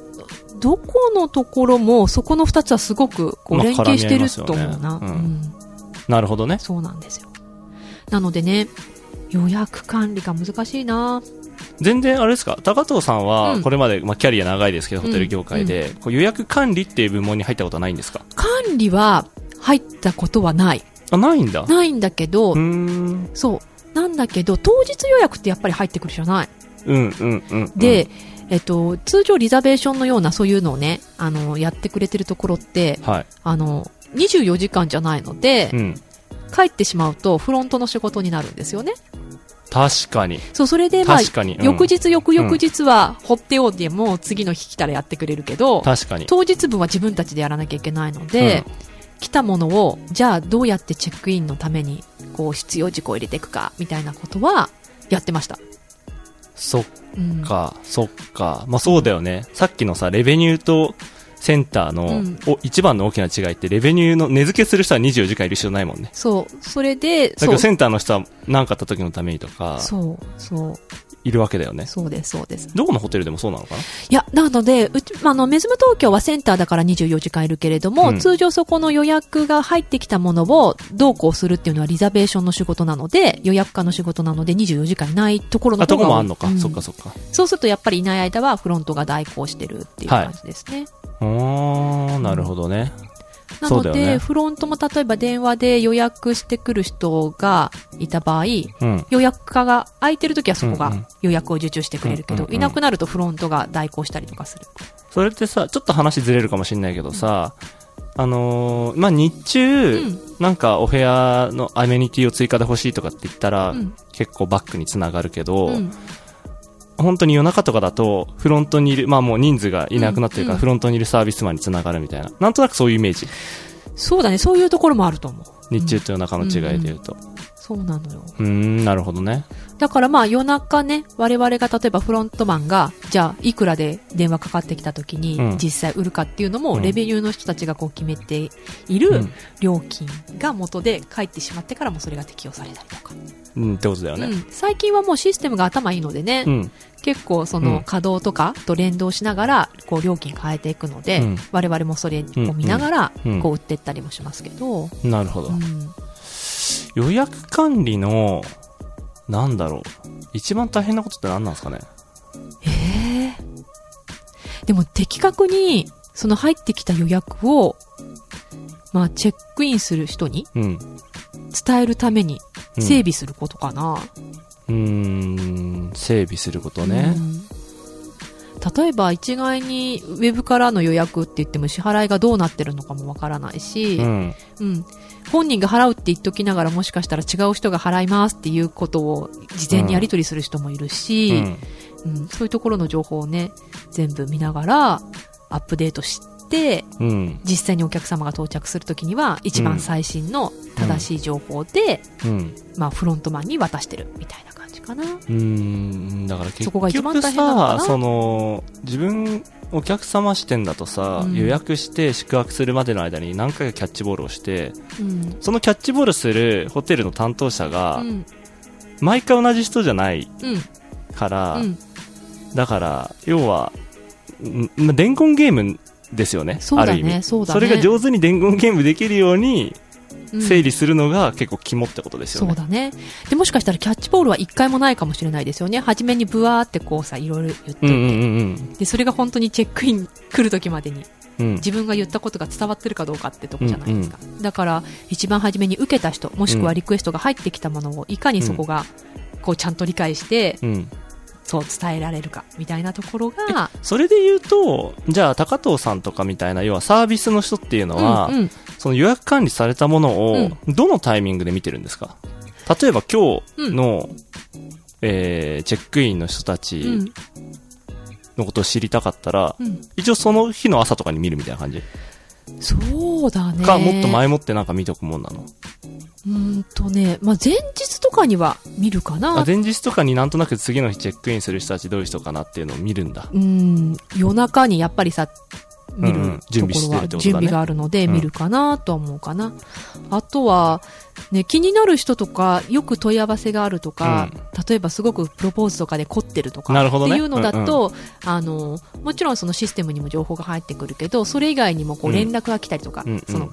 S2: どこのところもそこの二つはすごくこう
S3: まあ
S2: 連携してると
S3: 絡み合い
S2: 思
S3: ま
S2: うな。
S3: すよね
S2: う
S3: うん
S2: ん
S3: なるほどね。
S2: そうなんですよ。なのでね、予約管理が難しいな
S3: 全然あれですか、高藤さん
S2: う
S3: は
S2: ん
S3: これまで、まあキャリア長いですけど、
S2: うん
S3: ホテル業界で、こう予約管理っていう部門に入ったことはないんですか
S2: 管理は入ったことはない。
S3: あ、ないんだ。う
S2: ないんだけど
S3: ー、ん。
S2: そう。なんだけど、当日予約ってやっぱり入ってくるじゃない。
S3: うんうんうん。
S2: で、えっと、通常リザベーションのようなそういうのをね、あの、やってくれてるところって
S3: う、ん、はい。
S2: あの、 24時間じゃないので、
S3: うん。
S2: 帰ってしまうとフロントの仕事になるんですよね。
S3: 確かに。
S2: そう、それで、まあ、
S3: 確かにうん
S2: 翌日、翌々日は、放っておいても、次の日来たらやってくれるけど、
S3: 確かに。
S2: 当日分は自分たちでやらなきゃいけないので、来たものを、じゃあどうやってチェックインのために、こう、必要事項を入れていくか、みたいなことは、やってました。
S3: そっ
S2: うん。
S3: か、そっか。まあそうだよね。さっきのさ、レベニューとセンター
S2: う
S3: の、
S2: ん
S3: お一番の大きな違いって、レベニューの根付けする人は24時間いる必要ないもんね。
S2: そう、それで、
S3: だけ
S2: そう
S3: ど、センターの人は何かあった時のためにとか、
S2: そう、そう、
S3: いるわけだよね。
S2: そうです、そうです。
S3: どこのホテルでもそうなのかない
S2: や、なので、うち、まああの、メズム東京はセンターだから24時間いるけれども、
S3: うん
S2: 通常そこの予約が入ってきたものをどうこうするっていうのはリザベーションの仕事なので、予約家の仕事なので24時間いないところの
S3: あ、
S2: 方
S3: ど
S2: が多
S3: こ
S2: い
S3: もあんのか。
S2: うん
S3: そっかそっか。
S2: そうするとやっぱりいない間はフロントが代行してるっていう
S3: はい
S2: 感じですね。
S3: うーん、なるほどね。
S2: な
S3: そ
S2: の
S3: うだ
S2: で、
S3: よね
S2: フロントも例えば電話で予約してくる人がいた場合、
S3: うん。
S2: 予約家が空いてる時はそこ
S3: うんうん
S2: が予約を受注してくれるけど、
S3: うんうんうん
S2: いなくなるとフロントが代行したりとかする。
S3: それってさ、ちょっと話ずれるかもしんないけどさ、あのーまあ、日中、
S2: うん
S3: なんかお部屋のアメニティを追加で欲しいとかって言ったら、
S2: うん
S3: 結構バックにつながるけど、
S2: うん
S3: 本当に夜中とかだと、フロントにいる、まあもう人数がいなくなってるか
S2: うんう
S3: ら、
S2: ん
S3: フロントにいるサービスマンにつながるみたいな。なんとなくそういうイメージ。
S2: そうだね、そういうところもあると思う。
S3: 日中と夜中の違いで言うと。
S2: そうなのよ。
S3: うーん、なるほどね。
S2: だからまあ夜中ね、我々が例えばフロントマンが、じゃあいくらで電話かかってきた時
S3: う
S2: に
S3: ん
S2: 実際売るかっていうの
S3: う
S2: も、
S3: ん
S2: レベニューの人たちがこう決めていうる
S3: ん。
S2: 料金が元で帰ってしまってからもそれが適用されたりとか。
S3: うん、ってことだよ
S2: う
S3: ね。
S2: ん。最近はもうシステムが頭いいのでね、
S3: うん。
S2: 結構そうの
S3: ん
S2: 稼働とかと連動しながら、こう料金変えていくので、
S3: うん
S2: 我々もそれを見ながら
S3: うんうん、
S2: こう売ってったりもしますけど、
S3: なるほど
S2: う。ん
S3: 予約管理の、なんだろう。一番大変なことって何なんですかね。
S2: ええでも的確に、その入ってきた予約を、まあ、チェックインする人に
S3: うん。
S2: 伝えるために
S3: うん
S2: 整備することかな。
S3: うーん、整備することね
S2: う。ん例えば、一概にウェブからの予約って言っても支払いがどうなってるのかもわからないし、
S3: うん。
S2: うん。本人が払うって言っときながらもしかしたら違う人が払いますっていうことを事前にやり取りする人もいるし、
S3: うん
S2: うん、そういうところの情報をね、全部見ながら、アップデートして、
S3: うん。
S2: 実際にお客様が到着するときには、一
S3: う
S2: 番
S3: ん
S2: 最新の正しい情報で、
S3: うん。
S2: まあ、フロントマンに渡してる、みたいな感じかな。
S3: うーん、だから結
S2: そこが一番
S3: 局
S2: 大変なのか
S3: さ
S2: な、
S3: その、自分、お客様視点だとさ、
S2: うん
S3: 予約して宿泊するまでの間に何回かキャッチボールをして、
S2: うん。
S3: そのキャッチボールするホテルの担当者
S2: う
S3: が、
S2: ん。
S3: 毎回同じ人じゃない
S2: うん。
S3: から、
S2: うん。
S3: だから、要は、んまあ伝言ゲームですよね、
S2: そうだ
S3: ある意
S2: ね。
S3: 味。
S2: そうだね。
S3: それが上手に伝言ゲームできるように
S2: うん
S3: 整理するのが結構肝ってことですよ
S2: そう
S3: ね。
S2: だね。で、もしかしたらキャッチボールは一回もないかもしれないですよね。初めにブワーってこうさ、いろいろ言って、
S3: うんうんうん
S2: で、それが本当にチェックイン来る時までに、
S3: うん。うん
S2: 自分が言ったことが伝わってるかどうかってとこじゃないですか、だから一番初めに受けた人もしくはリクエストが入ってきたものをいかにそこがこうちゃんと理解して、
S3: うん、
S2: そう伝えられるかみたいなところが
S3: それで言うと、じゃあ、高藤さんとかみたいな、要はサービスの人っていうのは、
S2: うんうん
S3: その予約管理されたものを、どのタイミングで見てるんですか例えば今日の、えーチェックインの人た
S2: う
S3: ち
S2: ん
S3: のことを知りたかったら、
S2: うん
S3: 一応その日の朝とかに見るみたいな感じ、
S2: そうだね
S3: か、もっと前もってなんか見とくもんなの
S2: うーんとね、まあ、前日とかには見るか
S3: あ
S2: な
S3: 前日とかになんとなく次の日チェックインする人たちどういう人かなっていうのを見るんだ。
S2: うん夜中にやっぱりさ見
S3: うん
S2: る
S3: うん準備
S2: ところ
S3: してる
S2: は
S3: ってことだね
S2: 準備があるので
S3: うん
S2: 見るかなとは思うかな、あとは、ね、気になる人とかよく問い合わせがあるとか、例えばすごくプロポーズとかで凝ってるとか
S3: なるほどね
S2: っていうのだと、あのもちろんそのシステムにも情報が入ってくるけどそれ以外にもこう
S3: うん
S2: 連絡が来たりとか、
S3: うんうん
S2: その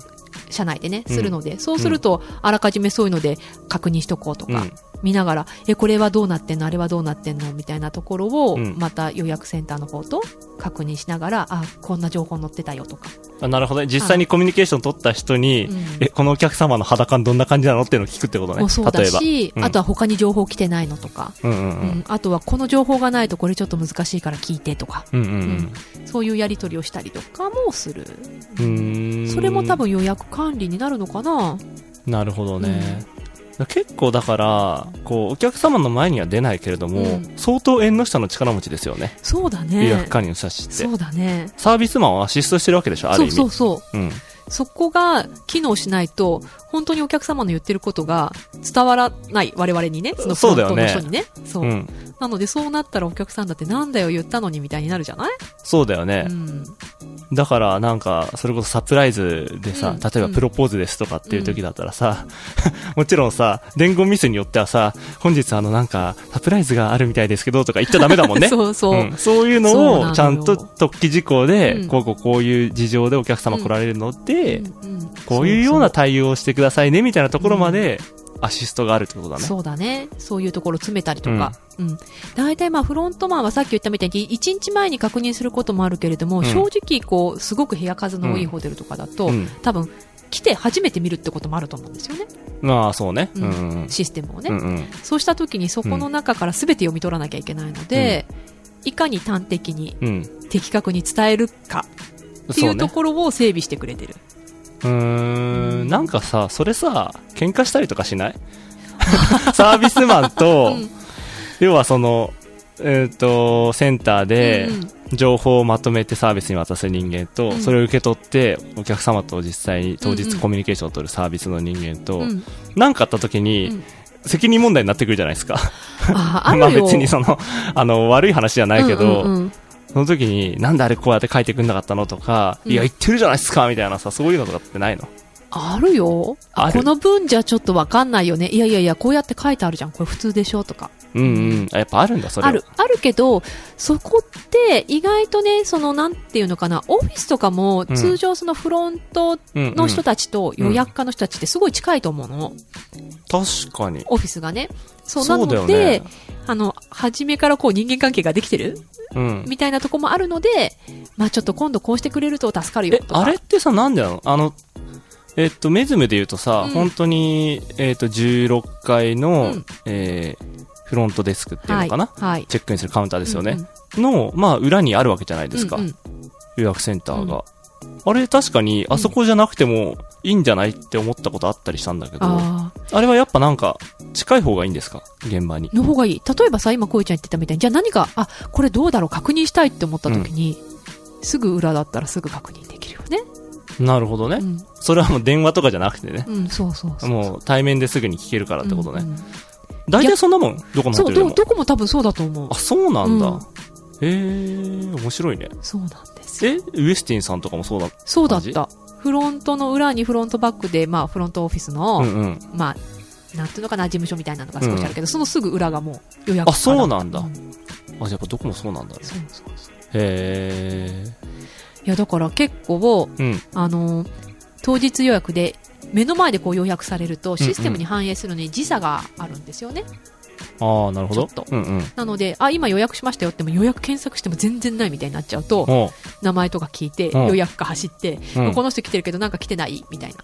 S2: 社内でね、
S3: うん
S2: するのでそうするとあらかじめそういうので確認しとこうと
S3: うん
S2: か、見ながら、え、これはどうなってんのあれはどうなってんのみたいなところを、
S3: うん
S2: また予約センターの方と確認しながら、あ、こんな情報載ってたよとか。
S3: あなるほどね。実際にコミュニケーション取った人に、
S2: うん
S3: え、このお客様の肌感どんな感じなのっていうのを聞くってことね。
S2: もそうだ
S3: 例えば。
S2: し、
S3: うん
S2: あとは他に情報来てないのとか、
S3: うんうん
S2: うんあとはこの情報がないとこれちょっと難しいから聞いてとか、
S3: うん。うんうん
S2: そういうやり取りをしたりとかもする。
S3: うん。うーん
S2: それも多。分予約管理になるのかな
S3: なるほどね。結構だから、こう、お客様の前には出ないけれども、
S2: うん
S3: 相当縁の下の力持ちですよね。
S2: そうだ
S3: 予
S2: ね
S3: 約。管理の冊子っ
S2: そ
S3: て。
S2: うだね。
S3: サービスマンをアシストしてるわけでしょ、ある
S2: そ
S3: 意
S2: う
S3: 味。
S2: そうそう。
S3: うん。
S2: そこが機能しないと、本当にお客様の言ってることが伝わらない、我々にね、そのフ
S3: そうだ
S2: ロン
S3: よ
S2: トの人
S3: ね
S2: にね。そう,、
S3: うん。
S2: なので、そうなったらお客さんだってなんだよ言ったのにみたいになるじゃない、
S3: そうだよね。
S2: うん。
S3: だからなんかそれこそサプライズでさ、
S2: うん
S3: 例えばプロポーズですとかっていう時だったらさ、 もちろんさ伝言ミスによってはさ本日あのなんかサプライズがあるみたいですけどとか言っちゃダメだもん ね
S2: そうそう。
S3: うん、そういう
S2: そうなの
S3: の
S2: よ
S3: をちゃんと特記事項で、
S2: うん
S3: こうこうこういう事情でお客様来られるので、
S2: うんうん
S3: こういうような対応をしてくださいねみたいなところまでアシストがあるってことだね。
S2: そうだね。そういうところ詰めたりとか。うん。大体まあフロントマンはさっき言ったみたいに1日前に確認することもあるけれども、
S3: うん
S2: 正直こう、すごく部屋数の多いホテルとかだと、
S3: うん、
S2: 多分来て初めて見るってこともあると思うんですよね。
S3: まあそうね。
S2: う
S3: うんんうん
S2: システムをね。
S3: うんうん
S2: そうした時にそこの中から全て読み取らなきゃいけないので、いかに端的に
S3: うん
S2: 的確に伝えるかってい
S3: そう
S2: うと
S3: ね
S2: ころを整備してくれてる。
S3: うーんなんかさ、それさ、喧嘩したりとかしない サービスマンと、
S2: うん
S3: 要はその、えっ、と、センターで
S2: うんうん
S3: 情報をまとめてサービスに渡す人間と、
S2: うん
S3: それを受け取ってお客様と実際に当
S2: うんう
S3: 日
S2: ん
S3: コミュニケーションを取るサービスの人間と、
S2: うん
S3: なんかあった時に、
S2: うん
S3: 責任問題になってくるじゃないですか。
S2: あある
S3: ま
S2: よ。
S3: あ別に その、あの、悪い話じゃないけど、
S2: うんうんうん
S3: その時に、なんであれこうやって書いてくんなかったのとか、
S2: うん
S3: いや、言ってるじゃないですかみたいなさ、そういうのとかってないの
S2: あるよ。あ
S3: ある
S2: この文じゃちょっとわかんないよね。いやいやいや、こうやって書いてあるじゃん。これ普通でしょとか。
S3: うんうん。あやっぱあるんだ、それは
S2: ある。あるけど、そこって意外とね、そのなんていうのかな、オフィスとかも
S3: うん
S2: 通常そのフロントの人
S3: た
S2: たちと予約家の人たちってすごい近いと思うの。
S3: 確かに。
S2: オフィスがね。そうな
S3: そ
S2: の
S3: うだよ
S2: で、
S3: ね。
S2: あの、初めからこう人間関係ができてる
S3: うん。
S2: みたいなとこもあるので、まあちょっと今度こうしてくれると助かるよ
S3: え
S2: と、か。
S3: あれってさ、なんでなのあの、えっと、メズムで言うとさ、
S2: うん
S3: 本当に、えっと、16階の、
S2: うん
S3: えーフロントデスクっていうのかな、
S2: はい。はい。
S3: チェックインするカウンターですよ
S2: うん
S3: ね
S2: うん。
S3: の、まあ、裏にあるわけじゃないですか。
S2: うんうん
S3: 予約センターが。あれ、確かに、あそこじゃなくてもいいんじゃないって思ったことあったりしたんだけど、あ
S2: ああ。
S3: れはやっぱなんか、近い方がいいんですか現場に。
S2: の方がいい。例えばさ、今、こいちゃん言ってたみたいに、じゃあ何か、あ、これどうだろう、確認したいって思った時に、すぐ裏だったらすぐ確認できるよね。
S3: なるほどね。
S2: うん。
S3: それはもう電話とかじゃなくてね。
S2: うん、そうそうそう。
S3: もう対面ですぐに聞けるからってことね。
S2: うんうん
S3: 大体そんなもんどこのホ
S2: そ
S3: テ
S2: う、
S3: ルで
S2: ど、
S3: も
S2: どこも多分そうだと思う
S3: あ。そうなんだ、
S2: うん
S3: へえ面白いね
S2: そうなんですよ。
S3: えウエスティンさんとかもそうだ
S2: そうだっ
S3: マ
S2: た。フロントの裏にフロントバックで、まあ、フロントオフィスの、
S3: うんうん
S2: まあ、なんていうのかな、事務所みたいなのが少しあるけど、そのすぐ裏がもう予約
S3: あそうなんだ
S2: う
S3: あじゃあやっぱどこもそうなんだへ
S2: そうそうそう。
S3: え
S2: いや、だから結構、
S3: うん
S2: あのー当日予約で、目の前でこう予約されると、システムに反映するのに時差があるんですよね。
S3: ああなるほど
S2: ちょっと
S3: うんうん
S2: なので、あ、今予約しましたよっても予約検索しても全然ないみたいになっちゃうと、
S3: おう
S2: 名前とか聞いて、
S3: うん
S2: 予約か走って、
S3: うん
S2: この人来てるけどなんか来てないみたいな。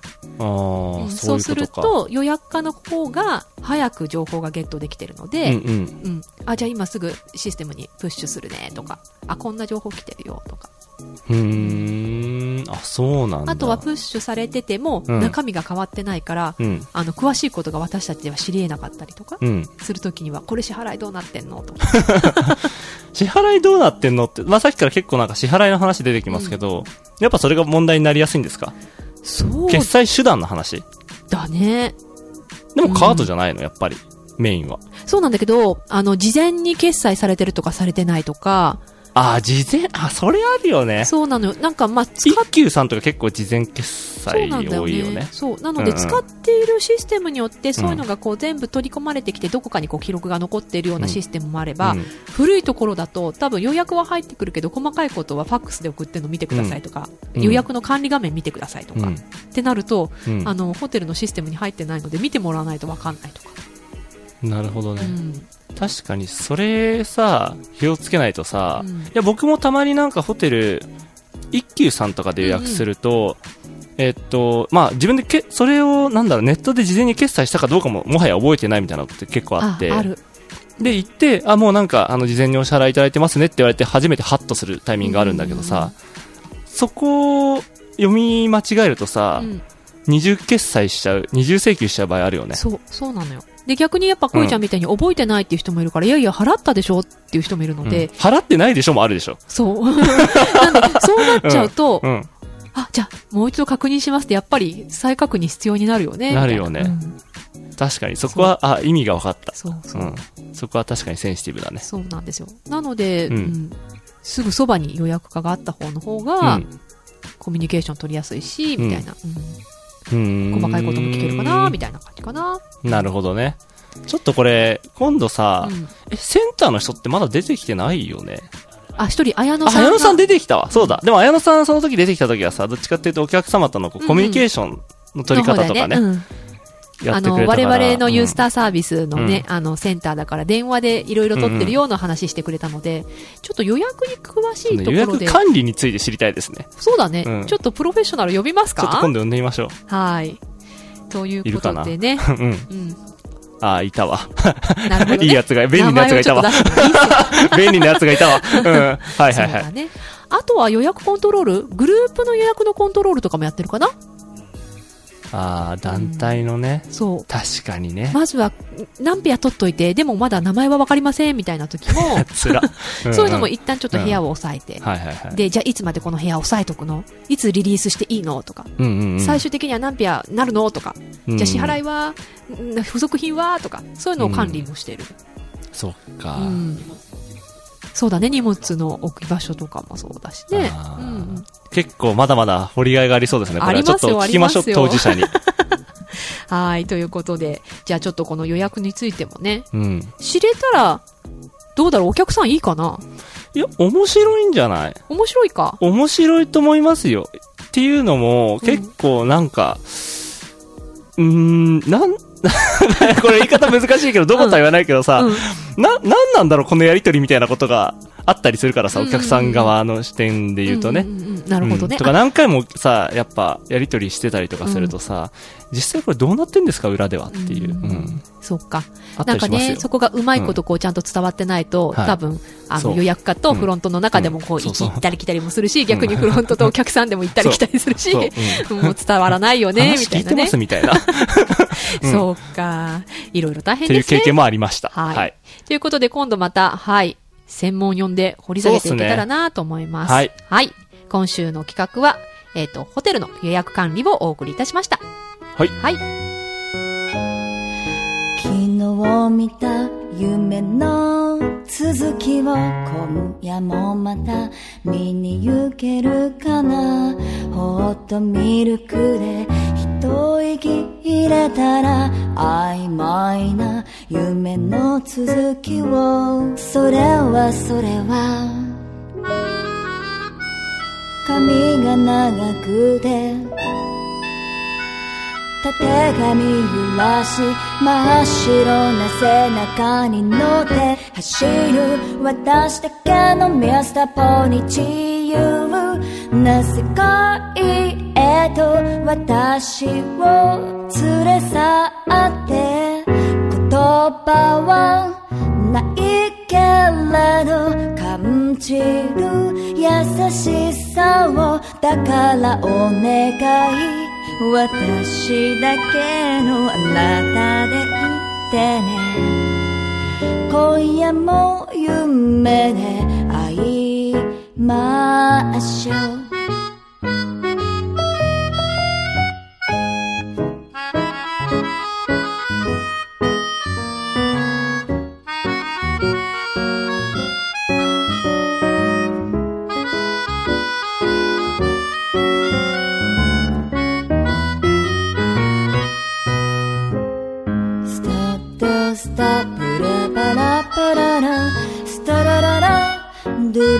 S3: あ
S2: う
S3: あ
S2: ん
S3: そういう
S2: す
S3: こ
S2: る
S3: とか
S2: と、予約家の方が早く情報がゲットできてるの
S3: うんう
S2: で、
S3: ん
S2: うんあ、じゃあ今すぐシステムにプッシュするねとか、あ、こんな情報来てるよとか。
S3: うーんあそうなんだ
S2: あとはプッシュされてても、
S3: うん
S2: 中身が変わってないから、
S3: うん
S2: あの、詳しいことが私たちでは知り得なかったりとか、
S3: うん
S2: するときには、これ支払いどうなってんのと か。
S3: 支払いどうなってんのって、まあ、さっきから結構なんか支払いの話出てきますけど、やっぱそれが問題になりやすいんですか
S2: そう
S3: 決済手段の話
S2: だね。
S3: でもカードじゃないのやっぱりメインは
S2: そうなんだけど、あの、事前に決済されてるとかされてないとか、
S3: ああ、事前、あ、それあるよね。
S2: そうなのよ。なんか、まあ、使っ
S3: 一休さんとか結構事前決
S2: そう
S3: 済
S2: なんだよ
S3: 多いよ
S2: ね
S3: ね。。
S2: そう。なの
S3: うん
S2: で、
S3: うん
S2: 使っているシステムによって、そういうのがこう全部取り込まれてきて、どこかにこう記録が残っているようなシステムもあれば、
S3: うん
S2: 古いところだと、多分予約は入ってくるけど、細かいことはファックスで送ってるの見てくださいとか、
S3: うん
S2: 予約の管理画面見てくださいとか、
S3: うん
S2: ってなると、
S3: うん
S2: あの、ホテルのシステムに入ってないので、見てもらわないとわかんないとか。
S3: なるほどね、
S2: うん
S3: 確かにそれさ気をつけないとさ、
S2: うん
S3: いや僕もたまになんかホテル一休さんとかで予約すると、えっとまあ自分でけそれをなんだろうネットで事前に決済したかどうかももはや覚えてないみたいなことって結構あって
S2: ある
S3: で行ってあもうなんかあの事前にお支払いいただいてますねって言われて初めてハッとするタイミングがあるんだけどさ、そこを読み間違えるとさ、
S2: うん
S3: 二重決済しちゃう二重請求しちゃう場合あるよね
S2: そうそうなのよで逆にやっぱこいちゃんみたいに覚えてないっていう人もいるから、いやいや払ったでしょっていう人もいるので、
S3: うん払ってないでしょもあるでしょ
S2: そう なんでそうなっちゃうと、
S3: うん
S2: あじゃあもう一度確認しますってやっぱり再確認必要になるよね
S3: なるよね
S2: みたいなうん
S3: 確かにそこはあ意味が分かった
S2: そうそう、
S3: うん、そこは確かにセンシティブだね
S2: そうなんですよなので、
S3: うん
S2: うんすぐそばに予約化があった方の方が、コミュニケーション取りやすいし、みたいな、
S3: うん
S2: うん細かいことも聞けるかな、み
S3: た
S2: たいな感じかな、
S3: いななるほどねちょっとこれ今度さ、
S2: うん
S3: えセンターの人ってまだ出てきてないよね
S2: あ一人綾野
S3: あ
S2: さんが
S3: 綾野さん出てきたわそうだでも綾野さんその時出てきた時はさどっちかっていうとお客様とのこ
S2: うんう
S3: うんコミュニケーションの取り方とか
S2: の
S3: ね,、
S2: 方だうん
S3: や
S2: あ
S3: って
S2: の、
S3: くれたか
S2: 我
S3: ら
S2: 々のユース
S3: ー、
S2: ターサービスのね、あの、センターだから電話でいろいろ取ってるような話してくれたので、ちょっと予約に詳し
S3: う
S2: い
S3: ん
S2: とこ
S3: その予
S2: ろ
S3: 約
S2: で、
S3: 管理について知りたいですね
S2: そうだね、
S3: うん
S2: ちょっとプロフェッショナル呼びます
S3: ちょっと
S2: か
S3: 今度呼んでみましょ
S2: はい。ということでね。
S3: ううん
S2: うん。
S3: ああいたわ
S2: なるほど、ね。
S3: いいやつが便利なやつがいたわ
S2: 名前をちょっと出していいっすか
S3: 便利なやつがいたわ、うん、はいはい
S2: そう
S3: は
S2: だ
S3: い
S2: ね。あとは予約コントロールグループの予約のコントロールとかもやってるかな
S3: ああ団体のね、
S2: そう。
S3: 確かにね、
S2: まずは、何ペア取っといて、でもまだ名前はわかりません、みたいな時 も、
S3: つら
S2: そういうのも
S3: い
S2: 一旦ちょっと部屋を押さえて、
S3: はいはいはい
S2: で、じゃあいつまでこの部屋押さえとくのいつリリースしていいのとか、
S3: うんうんうん、
S2: 最終的には何ペアなるのとか、
S3: うん
S2: じゃあ支払いは、ん付属品はとか、そういうのを管理もしてる。
S3: そっか、
S2: うんそうだね、荷物の置き場所とかもそうだしね。
S3: あ
S2: う
S3: ー
S2: んうん
S3: 結構まだまだ掘りがいがありそうですねこれはちょっと
S2: あ
S3: 聞
S2: り
S3: き
S2: ま
S3: ますし
S2: よ
S3: ょう当事者に
S2: はい、ということで、じゃあちょっとこの予約についてもね、
S3: うん
S2: 知れたら、どうだろう、お客さんいいかない
S3: や面白いんじゃない
S2: 面白いか。
S3: 面白いと思いますよっていうのも
S2: うん
S3: 結構なんかうーんなん これ言い方難しいけどどことは言わないけどさ、
S2: うん
S3: な、なんなんだろうこのやりとりみたいなことがあったりするからさ、
S2: うん
S3: お客さん側の視点で言うとね
S2: ん。んうんうんなるほど
S3: う
S2: ね
S3: ん。とか何回もさ、やっぱやりとりしてたりとかするとさ、実際これどうなってんですか裏ではっていう。うん。
S2: そっか。
S3: あっ
S2: な
S3: た
S2: ん
S3: り
S2: か
S3: します
S2: ね、
S3: よ。
S2: そこがうまいことこうちゃんと伝わってないと、
S3: はい
S2: 多分、あ
S3: そ
S2: の
S3: う
S2: 予約家とフロントの中でもこう
S3: う
S2: 行
S3: んそう
S2: き
S3: そう
S2: 行ったり来たりもするし、逆にフロントとお客さんでも行ったり来たりするし、
S3: そううん
S2: もう伝わらないよ ね、み
S3: 話
S2: た
S3: 聞
S2: い
S3: い
S2: な
S3: てま
S2: ね
S3: す。みたいな。っうん
S2: そうか。いろいろ大変
S3: てい
S2: で
S3: う
S2: すね
S3: 経。験もありました。
S2: はい
S3: はい。
S2: ということで今度また、はい、専門呼んで掘り下げていけたらなと思います。
S3: そうっすね
S2: はい。今週の企画は、えっ、と、ホテルの予約管理をお送りいたしました。
S3: はい
S2: はい。
S5: 昨日見た夢の続きを今夜もまた見に行けるかなホットミルクで一息入れたら曖昧な夢の続きをそれはそれは髪が長くてたてがみ揺らし真っ白な背中に乗って走る私だけのミスターポニチユーな世界へと私を連れ去って言葉はないけれど感じる優しさをだからお願い私だけのあなたでいてね今夜も夢で会いましょうスタッドスタプルパラパララスタラララドゥ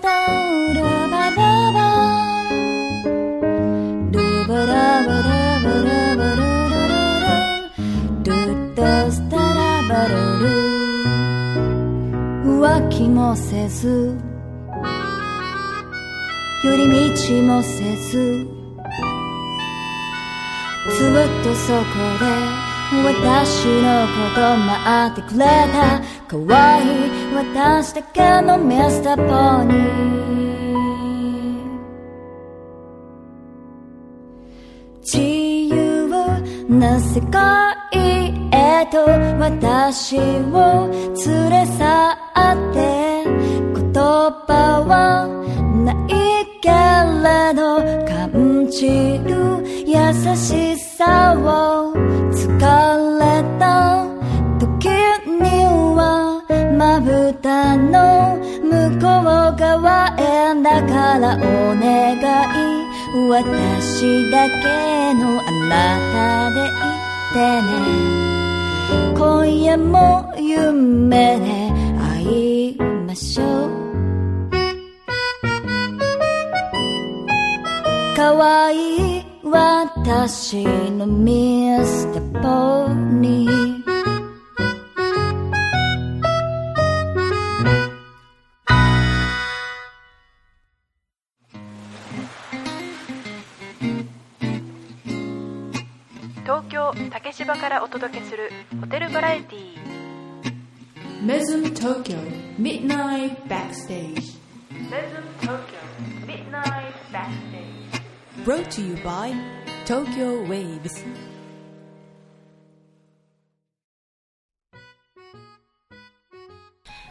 S5: タウルバラバルバラバラバラバルルルルドゥッドスタラバルル浮気もせず寄り道もせずずっとそこで私のこと待ってくれた可愛い私だけのミスターポニー自由な世界へと私を連れ去って言葉はないけれど感じる優しさを疲れた時にはまぶたの向こう側へだからお願い私だけのあなたでいてね今夜も夢で会いましょう可愛い私のミスターポニー
S1: 東京竹芝からお届けするホテルバラエティー Mesm Tokyo Midnight Backstage Mesm Tokyo Midnight Backstage Brought to you by Tokyo Waves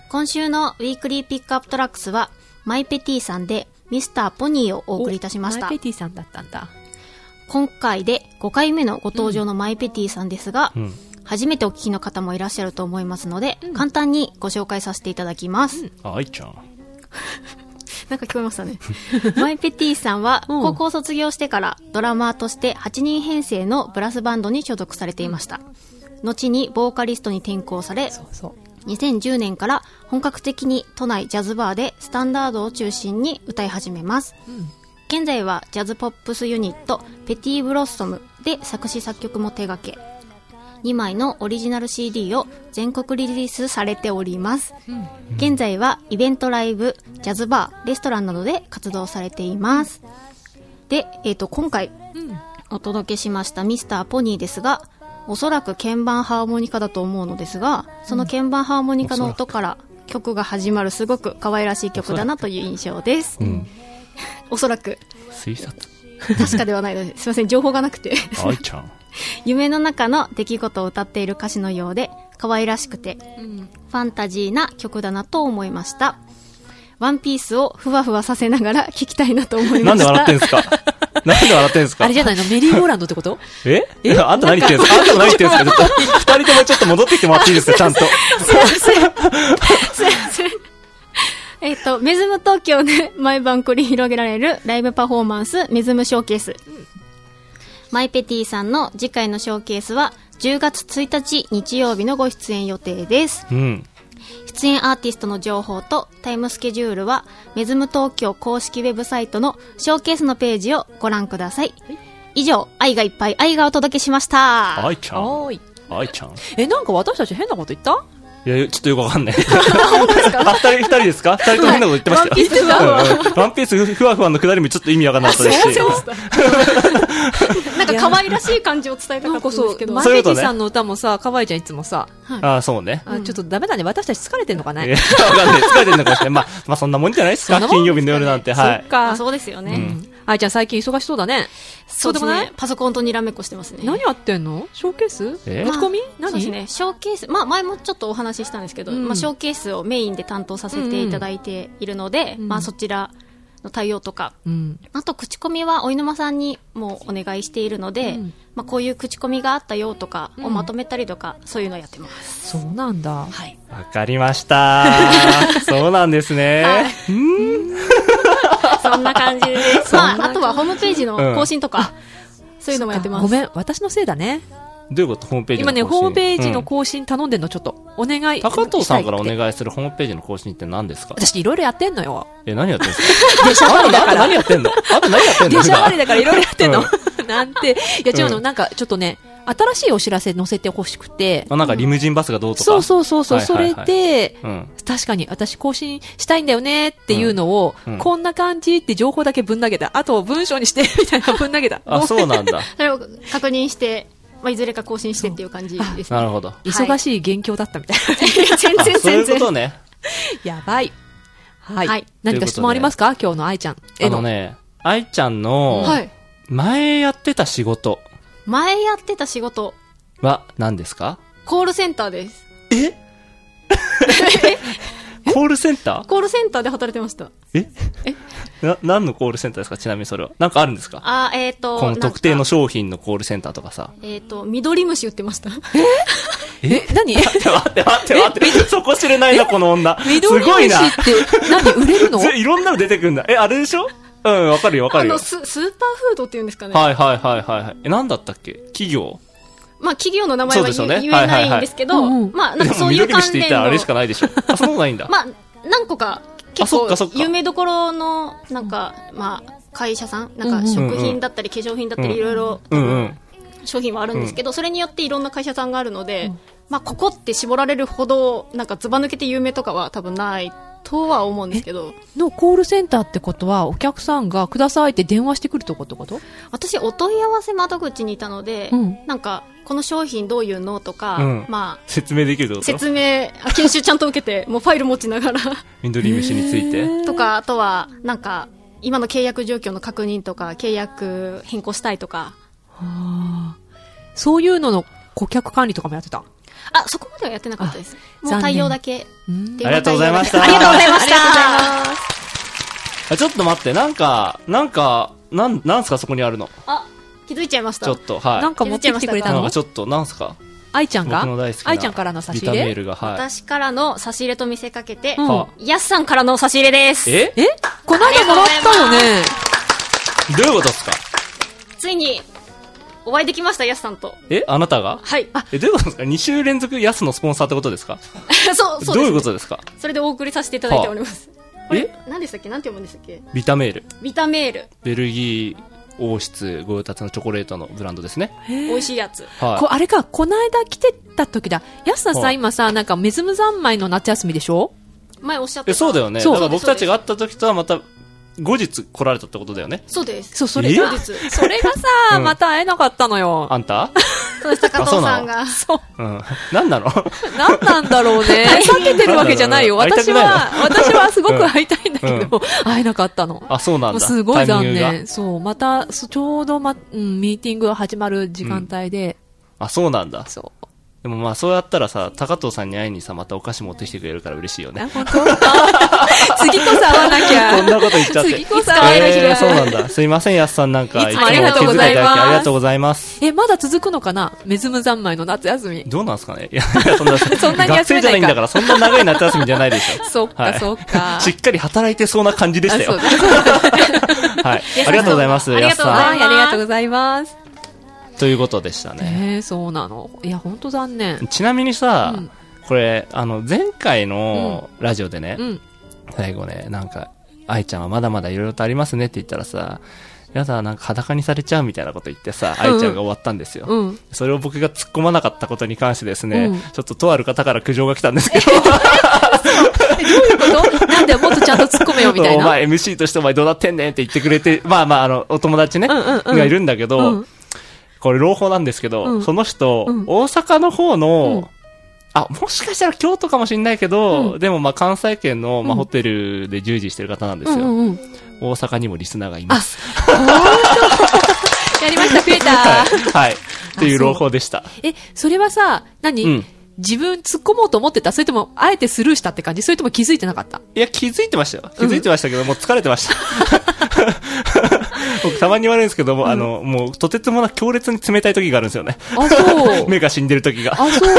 S6: 今週のウィークリーピックアップトラックスは、マイペティさんで、ミスターポニーをお送りいたしまし
S2: マ
S6: た
S2: イ。ペティさんだったんだ。
S6: 今回で5回目のご登場のマイペティさんですが、
S3: うん
S6: 初めてお聞きの方もいらっしゃると思いますので、簡単にご紹介させていただきます。
S3: あ愛ちゃん
S6: なんか聞こえましたね。 マイペティさん は、
S2: うん
S6: 高校卒業してからドラマーとして8人編成のブラスバンドに所属されていました。後にボーカリストに転向され、
S2: そうそう。
S6: 2010年から本格的に都内ジャズバーでスタンダードを中心に歌い始めます、現在はジャズポップスユニットペティ・ブロッソムで作詞作曲も手掛け2枚のオリジナル CD を全国リリースされております、現在はイベントライブジャズバーレストランなどで活動されています、で、えー、と今回お届けしましたミスターポニーですが、おそらく鍵盤ハーモニカだと思うのですが、その鍵盤ハーモニカの音から曲が始まるすごく可愛らしい曲だなという印象です。
S3: うん
S6: おそらく、
S3: 推 察
S6: 確かではないので、すいません、情報がなくて。
S3: あ愛ちゃん
S6: 夢の中の出来事を歌っている歌詞のようで、可愛らしくて、ファンタジーな曲だなと思いました。ワンピースをふわふわさせながら聴きたいなと思いま
S3: な
S6: した。
S3: んで笑ってんすか なんで笑ってんすか
S2: あれじゃ ないのメリーゴーランドってこと
S3: え あんた何言ってんすかあんたも何言ってんすかちょっ と二人ともちょっと戻ってきてもらっていいですかちゃんと。
S6: すいません。 えっと、メズム東京で 毎晩繰り広げられるライブパフォーマンス、メズムショーケース。マイペティさんの次回のショーケースは、10月1日日曜日のご出演予定です。
S3: うん。
S6: 出演アーティストの情報とタイムスケジュールは、メズム東京公式ウェブサイトのショーケースのページをご覧ください。以上、愛がいっぱい愛がお届けしました。
S3: 愛ちゃん。
S2: はーい。
S3: 愛ちゃん。
S2: え、なんか私たち変なこと言った
S3: いや、ちょっとよくわかんない。 あ、二人、二人ですか二人とも変なこと言ってましたよ。うんうんワンピースふわふわのくだりもちょっと意味わかんなかったですし。
S6: なんか可愛らしい感じを伝えた
S2: な
S6: か
S2: んか
S6: ったんで
S2: そ
S6: すけ
S2: う、
S6: ど。
S2: マイペティさんの歌もさ、かわいちゃんいつもさ、
S3: あ、そうね。
S2: あちょっとダメだね。私たち疲れてんのか
S3: い
S2: ね
S3: やわかんない。疲れてるのかもしれない。まあ、まあそんなもんじゃないです
S2: そ
S3: か
S2: んなもん
S3: 金曜日の夜なんて。は
S2: そ
S3: い
S2: っ。
S6: あ
S2: か。
S6: そうですよね。
S2: うんあいちゃん最近忙しそうだね。そうでもない
S6: すねパソコンとにらめっこしてますね。
S2: 何やってんのショーケース
S3: え
S2: 持ち込み
S6: ま
S2: 何
S6: あそうですね。ショーケース、まあ前もちょっとお話ししたんですけど、
S2: うん
S6: まあショーケースをメインで担当させていただいているので、
S2: うん
S6: まあそちらの対応とか、
S2: うん。
S6: あと口コミはお沼さんにもお願いしているので、
S2: うん
S6: まあこういう口コミがあったよとか
S2: うん
S6: をまとめたりとか、そういうのやってます。
S2: そうなんだ。
S6: はい。
S3: わかりま した。そうなんですね。
S6: そんな感じです。まああとはホームページの更新とか、そういうのもやってます。
S2: ごめん、私のせいだね。
S3: どういうことホームページの
S2: 今
S3: 更新
S2: ね、ホームページの
S3: うん
S2: 更新頼んでんの、ちょっと。お願い。
S3: 高藤さんからお
S2: い。
S3: 願いするホームページの更新って何ですか
S2: 私、いろいろやってんのよ。
S3: え、何やってんですか電車 割りだから。何やってんのあと何やってんの
S2: 電車割りだからいろいろやってんの。
S3: う
S2: なんて。いや、違うの、
S3: うん
S2: なんか、ちょっとね、新しいお知らせ載せてほしくて。
S3: あなんかリムジンバスがどうとか。
S2: そうそうそうそう、
S3: はいはいは
S2: それ
S3: い
S2: で、
S3: うん。
S2: 確かに私更新したいんだよねっていうのを、
S3: うんうん
S2: こんな感じって情報だけぶん投げた。あと文章にして、みたいなぶん投げた。
S3: あ、そうなんだ。
S6: それを確認して、まあ、いずれか更新してっていう感じです
S3: な
S6: ね。
S3: るほど。
S2: 忙しい元凶だったみたいな。
S6: 全
S3: あ
S6: 然
S3: そういう
S6: 全
S3: こ
S6: 然。
S3: とね。
S2: やばい。はい。
S6: はい
S2: 何か質問ありますか今日の愛ちゃん
S3: あ
S2: への。
S3: のね、愛ちゃんの、
S6: はい。
S3: 前やってた仕事
S6: 前やってた仕事、
S3: は何ですか
S6: コールセンターです。
S3: コールセンタ
S6: コールセンターで働いてました。
S3: ーえな、何のコールセンターですかちなみにそれは。なんかあるんですか
S6: あー、えっ、と、
S3: この特定
S6: な
S3: の
S6: んか。
S3: 商品のコールセンターとかさ。
S6: えっ、と、緑虫売ってました。
S2: え、 何
S3: 待って待って待って、そこ知れないな、この女。す
S2: 緑
S3: ごい
S2: 虫
S3: な。
S2: って何売れるの
S3: ぜいろんなの出てくんだ。え、あれでしょうん、わかるよわか
S6: あ
S3: るよ
S6: の。ス、スーパーフードっていうんですかね。
S3: はいはいはいはいはい。え、なんだったっけ企業
S6: まあ、企業の名前は
S3: そう
S6: 言,、
S3: ですよね
S6: え
S3: はいはいはい
S6: ないんですけど、
S2: うんうん
S6: まあ、
S3: で
S6: なんか
S3: も
S6: そういう
S3: 緑
S6: 関
S3: 虫って言っ
S6: 連
S3: たらあ
S6: の
S3: れし、かないでしょ。あ、そんなことないんだ。
S6: まあ、何個か
S3: あ
S6: 結
S3: そっかそっ
S6: 構
S3: か
S6: 有名どころの、なんか、まあ、会社さん、なんか
S3: うんうん
S6: 食品だったり化粧品だった
S3: うん
S6: りいろいろ
S3: うんうん。
S6: 商品はあるんですけど、それによっていろんな会社さんがあるので、まあ、ここって絞られるほど、なんかずば抜けて有名とかは多分ないとは思うんですけど、
S2: のコールセンターってことは、お客さんがくださいって電話してくるとこってこと
S6: 私、お問い合わせ窓口にいたので、
S2: うん
S6: なんか、この商品どういうのとか、
S3: うん
S6: まあ、
S3: 説明できるってこと
S6: 説明、あ研修ちゃんと受けて、もうファイル持ちながら
S3: 緑虫について。
S6: とか、あとは、なんか、今の契約状況の確認とか、契約変更したいとか、
S2: そういうのの顧客管理とかもやってた。
S6: あ、そこまではやってなかったです。
S2: あ
S6: もう
S2: 残
S6: 対
S2: 念
S6: 応だけ。
S2: うん
S3: あ
S6: 電話対応だけ
S3: りがとうございました
S6: ありがとうございました。
S3: あ、ちょっと待って、なんか、なんか、なん、なんすかそこにあるの。
S6: あ、気づいちゃいました。
S3: ちょっと、はい。
S2: なんか持ってきてくれた
S3: なん
S2: の
S3: かちょっと、なんすか
S2: 愛ちゃん
S3: 僕
S2: が
S3: の大好きな。
S2: 愛ちゃんからの差し入
S3: ビタメー
S2: れ
S3: ルが、はい。
S6: 私からの差し入れと見せかけて、
S2: うん
S3: は
S6: ヤスさんからの差し入れです。
S3: え
S2: えこの間もらったよね。
S3: どういうことですか
S6: ついに、お会いできました、ヤスさんと。
S3: えあなたが
S6: はい。あ、
S3: え、どういうことですか ?2 週連続安のスポンサーってことですか
S6: そう、そうです、
S3: どういうことですか
S6: それでお送りさせていただいております。これ
S3: え、
S6: 何でしたっけ何て読むんでしたっけ
S3: ビタメール。
S6: ビタメール。
S3: ベルギー王室ご用達のチョコレートのブランドですね。
S6: 美味しいやつ。
S3: は
S2: こあれか、この間来てた時だ。安さん
S3: は
S2: さ、
S3: い
S2: 今さ、なんか、メズム三昧の夏休みでしょ
S6: 前おっしゃっ
S3: い。え、
S6: てた。
S3: そうだよね。
S2: そう
S3: だから僕たちが会った時とはまた、後日来られたってことだよね。
S6: そうです。
S2: そう、それ
S3: え
S2: が
S6: 後、日。
S2: それがさ、
S3: うん
S2: また会えなかったのよ。
S3: あ んた
S6: そうです、高藤さんが。
S2: そう。
S3: うん。何なの
S2: 何なんだろう ね。避けてるわけじゃないよ。
S3: 会いた
S2: 私
S3: くないの
S2: は、私はすごく会いたいんだけど、
S3: うん
S2: 会えなかったの。
S3: あ、そうなん
S2: もう
S3: だ。
S2: すごい
S3: タイ
S2: 残
S3: ミングが
S2: 念。そう、また、そちょうど、ま、うん、ミーティングが始まる時間帯で、
S3: あ、そうなんだ。
S2: そう。
S3: でもまあ、そうやったらさ、高藤さんに会いにさ、またお菓子持ってきてくれるから嬉しいよね
S2: あ。本当 次こそ会わなきゃ。
S3: こ んなこと言っちゃって。
S2: 次こそ会える日が
S3: えーそうなんだ。すいません、やすさんなんか。
S2: いつもありがとうございます
S3: つもお気遣だきありがとうございます。
S2: え、まだ続くのかなメズム三昧の夏休み。
S3: どうなんすかねいや、 いやそんな、
S2: そんなに
S3: 学
S2: 休めな
S3: 生じゃないいん
S2: か
S3: だから、そんな長い夏休みじゃないでし ょ。
S2: そっか、
S3: はい
S2: そっか。
S3: しっかり働いてそうな感じでしたよ
S2: あ。そうだ
S3: はい。ありがとうございます、
S6: あり
S3: や
S6: が
S3: す
S6: とうござい
S3: さ
S2: はい、ありがとうございます。
S3: ん。ということでしたね。
S2: えー、そうなの。いや、ほんと残念。
S3: ちなみにさ
S2: うん、
S3: これ、あの、前回のラジオでね
S2: う、ん。
S3: 最後ね、なんか、愛ちゃんはまだまだいろいろとありますねって言ったらさ、やだ、なんか裸にされちゃうみたいなこと言ってさ、愛ちゃんが終わったんですよ。
S2: うん。
S3: それを僕が突っ込まなかったことに関してですね、
S2: うん
S3: ちょっととある方から苦情が来たんですけど、
S2: ことなんでもっとちゃんと突っ込めよ、みたい
S3: お
S2: な。
S3: 前 MC としてお前どうなってんねんって言ってくれて、 まあまあ、あの、お友達ね、
S2: うんうんうん
S3: がいるんだけど、
S2: うん
S3: これ朗報なんですけど、
S2: うん
S3: その人、
S2: うん
S3: 大阪の方の、
S2: うん
S3: あ、もしかしたら京都かもしんないけど、
S2: う
S3: でもまあ関西圏の、ま
S2: う
S3: あ、
S2: ん
S3: ホテルで従事してる方なんで
S2: う
S3: す
S2: ん
S3: よ。
S2: うんうん。
S3: 大阪にもリスナーがいます。
S2: やりました、増えた。
S3: はい。はい。っていう朗報でした。
S2: え、それはさ、何、
S3: うん
S2: 自分突っ込もうと思ってたそれとも、あえてスルーしたって感じそれとも気づいてなかった
S3: いや、気づいてましたよ。気づいてましたけど、もう疲れて ました。僕、たまに言われるんですけども、あの、もう、とてつもなく強烈に冷たい時があるんですよね。
S2: あ、そう。
S3: 目が死んでる時が。
S2: あ、そう。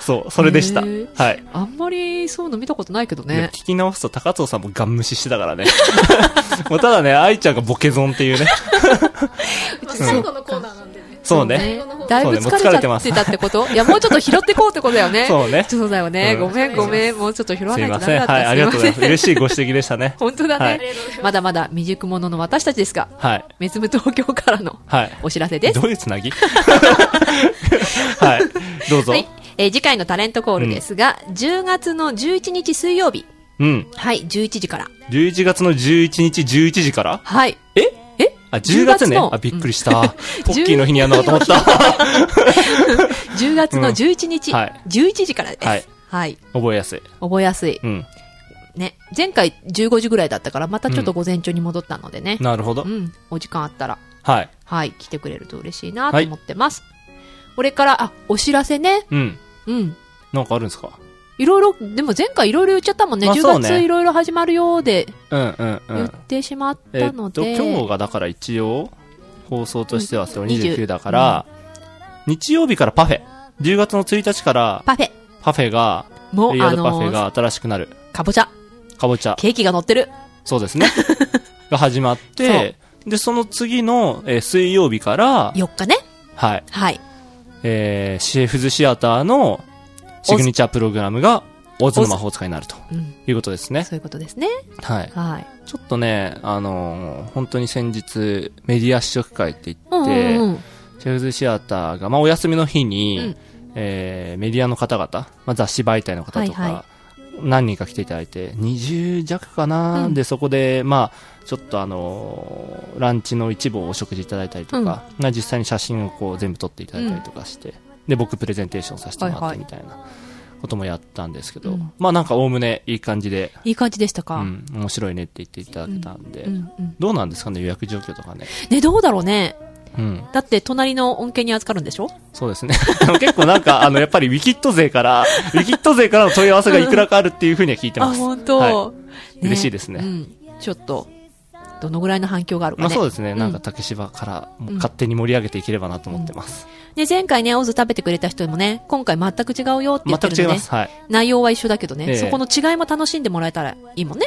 S3: そう、それでした。
S2: へ
S3: は
S2: ー
S3: い。
S2: あんまりそういうの見たことないけど
S3: で
S2: ね。
S3: 聞き直すと高藤さんもガン無視してたからね。 もうただね、愛ちゃんがボケゾンっていうね。
S6: まあ最後のコーナーなんでね。
S3: そうね。
S2: だいぶ疲れちゃってたってこといや、もうちょっと拾ってこうってことだよね。
S3: そうね。
S2: そうだよね。
S3: う
S2: ご
S3: ん
S2: めん、ごめん。もうちょっと拾わ
S3: す
S2: ないいと
S3: ま
S2: ダ
S3: せ
S2: メ
S3: ん。
S2: だっ
S3: は
S2: た。
S3: い、ありがとうございます。
S2: ません。
S3: 嬉しいご指摘でしたね
S2: 本当だ
S3: はい
S2: ね。まだまだ未熟者の私たちですが、
S3: はい。
S2: メズム東京からの
S3: はい。
S2: お知らせです。
S3: どういうつ なぎはい。どうぞ。
S2: はい。えー次回のタレントコールですが、10月の11日水曜日。
S3: うん。
S2: はい、11時から。
S3: 11月の11日11時から
S2: はい。
S3: え
S2: え
S3: あ、10月ね。
S2: 10の
S3: あ、びっくりした。 ポッキーの日にやるのかと思った。
S2: 10月の11日、
S3: うんはい
S2: 11時からです。は
S3: はいい。覚えやすい。
S2: 覚えやすい。
S3: うん。
S2: ね。前回15時ぐらいだったから、またちょっと午前中に戻ったのでね。
S3: なるほど
S2: う。ん。お時間あったら、
S3: はい。
S2: はい、来てくれると嬉しいなと思ってます。これから、あ、お知らせね。
S3: うん。
S2: うん。
S3: なんかあるんですか
S2: いろいろ、でも前回いろいろ言っちゃったもんね。
S3: まあそう
S2: 10
S3: ね
S2: 月いろいろ始まるようで
S3: うんうんう
S2: 言っ
S3: ん。
S2: てしまっ
S3: え
S2: たの
S3: っ
S2: で。
S3: と、今日がだから一応、放送としてはその
S2: 20
S3: 29だから、日曜日からパフェ。10月の1日から、
S2: パフェ
S3: パフェが、
S2: も、
S3: レイヤ
S2: あ
S3: ードパフェ
S2: の、
S3: が新しくなる。
S2: かぼちゃ、
S3: かぼちゃ。
S2: ケーキが乗ってる。
S3: そうで すね。が始まって、で、その次の、えー水曜日から、
S2: 4日ね。
S3: はい。
S2: はい。
S3: えー、シェフズシアターのシグニチャープログラムが、オズの魔法使いになると
S2: うん。
S3: いうことですね。
S2: そういうことですね。
S3: はい。
S2: はい。
S3: ちょっとね、あのー本当に先日、メディア試食会って
S2: う
S3: 言
S2: ん
S3: っ
S2: う
S3: て、
S2: んうん。
S3: シェフズシアターが、まあ、お休みの日に、
S2: うん
S3: えーメディアの方々、まあ、雑誌媒体の方とか、
S2: はいは
S3: 何人か来ていただいて、20弱かな、
S2: うん
S3: で、そこで、まあ、ちょっとあのーランチの一部をお食事いただいたりとか、まあ実際に写真をこう全部撮っていただいたりとかして、で、僕プレゼンテーションさせてもら
S2: はいは
S3: って
S2: い
S3: みたいなこともやったんですけど、
S2: うん
S3: まあなんかおおむねいい感じで、
S2: いい感じでした
S3: う
S2: か。
S3: ん、面白いねって言っていただけたんで、
S2: うんうん。
S3: どうなんですかね、予約状況とかね。
S2: ね、どうだろうね。
S3: うん。
S2: だって、隣の恩恵に預かるんでしょ
S3: そうですね。 でも結構なんか、あの、やっぱりウィキッド勢から、ウィキッド勢からの問い合わせがいくらかあるっていうふうには聞いて
S2: あ、
S3: ます。
S2: 本当、
S3: は
S2: ね
S3: 嬉しいですね
S2: うん。ちょっと、どのぐらいの反響がある
S3: い
S2: かね。
S3: まあそうですね。
S2: うん
S3: なんか竹芝からもう勝手に盛り上げていければなと思ってます。
S2: ね、前回ね、オズ食べてくれた人もね、今回全く違うよって言ってる
S3: 全く違い
S2: んで
S3: ま
S2: ね
S3: す。。はい。
S2: 内容は一緒だけどね、
S3: ええ
S2: そこの違いも楽しんでもらえたらいいもんね。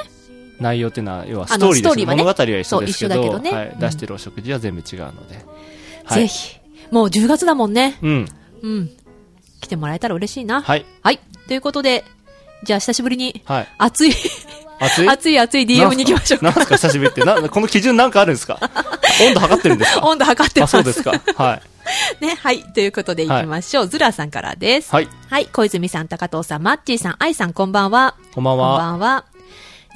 S3: 内容っていうのは、要は
S2: あ
S3: ス
S2: の
S3: トーリー
S2: ス
S3: です
S2: トーリー
S3: ね。
S2: はね
S3: 物語は一緒ですけ
S2: そう
S3: ど
S2: 一緒だけどね
S3: は
S2: う
S3: い
S2: ん。
S3: 出してるお食事は全部違うので。はい
S2: ぜ。ひ。もう10月だもんね。
S3: うん。
S2: うん。来てもらえたら嬉しいな。
S3: はい。
S2: はい。ということで、じゃあ久しぶりに、
S3: はい。
S2: 熱い、
S3: 熱い
S2: 熱い熱い DM に行きましょう
S3: なん
S2: か。
S3: すか久しぶりって。な、この基準なんかあるんですか温度測ってるんです か
S2: 温度測ってま
S3: あ、
S2: す。
S3: そうですか。はい。
S2: ね、はい。ということで行きましょう。ズラさんからです。
S3: はい。
S2: はい。小泉さん、高藤さん、マッチーさん、愛さん、こんばんは。
S3: こんばんは。
S2: こん
S3: あり
S2: ばんは。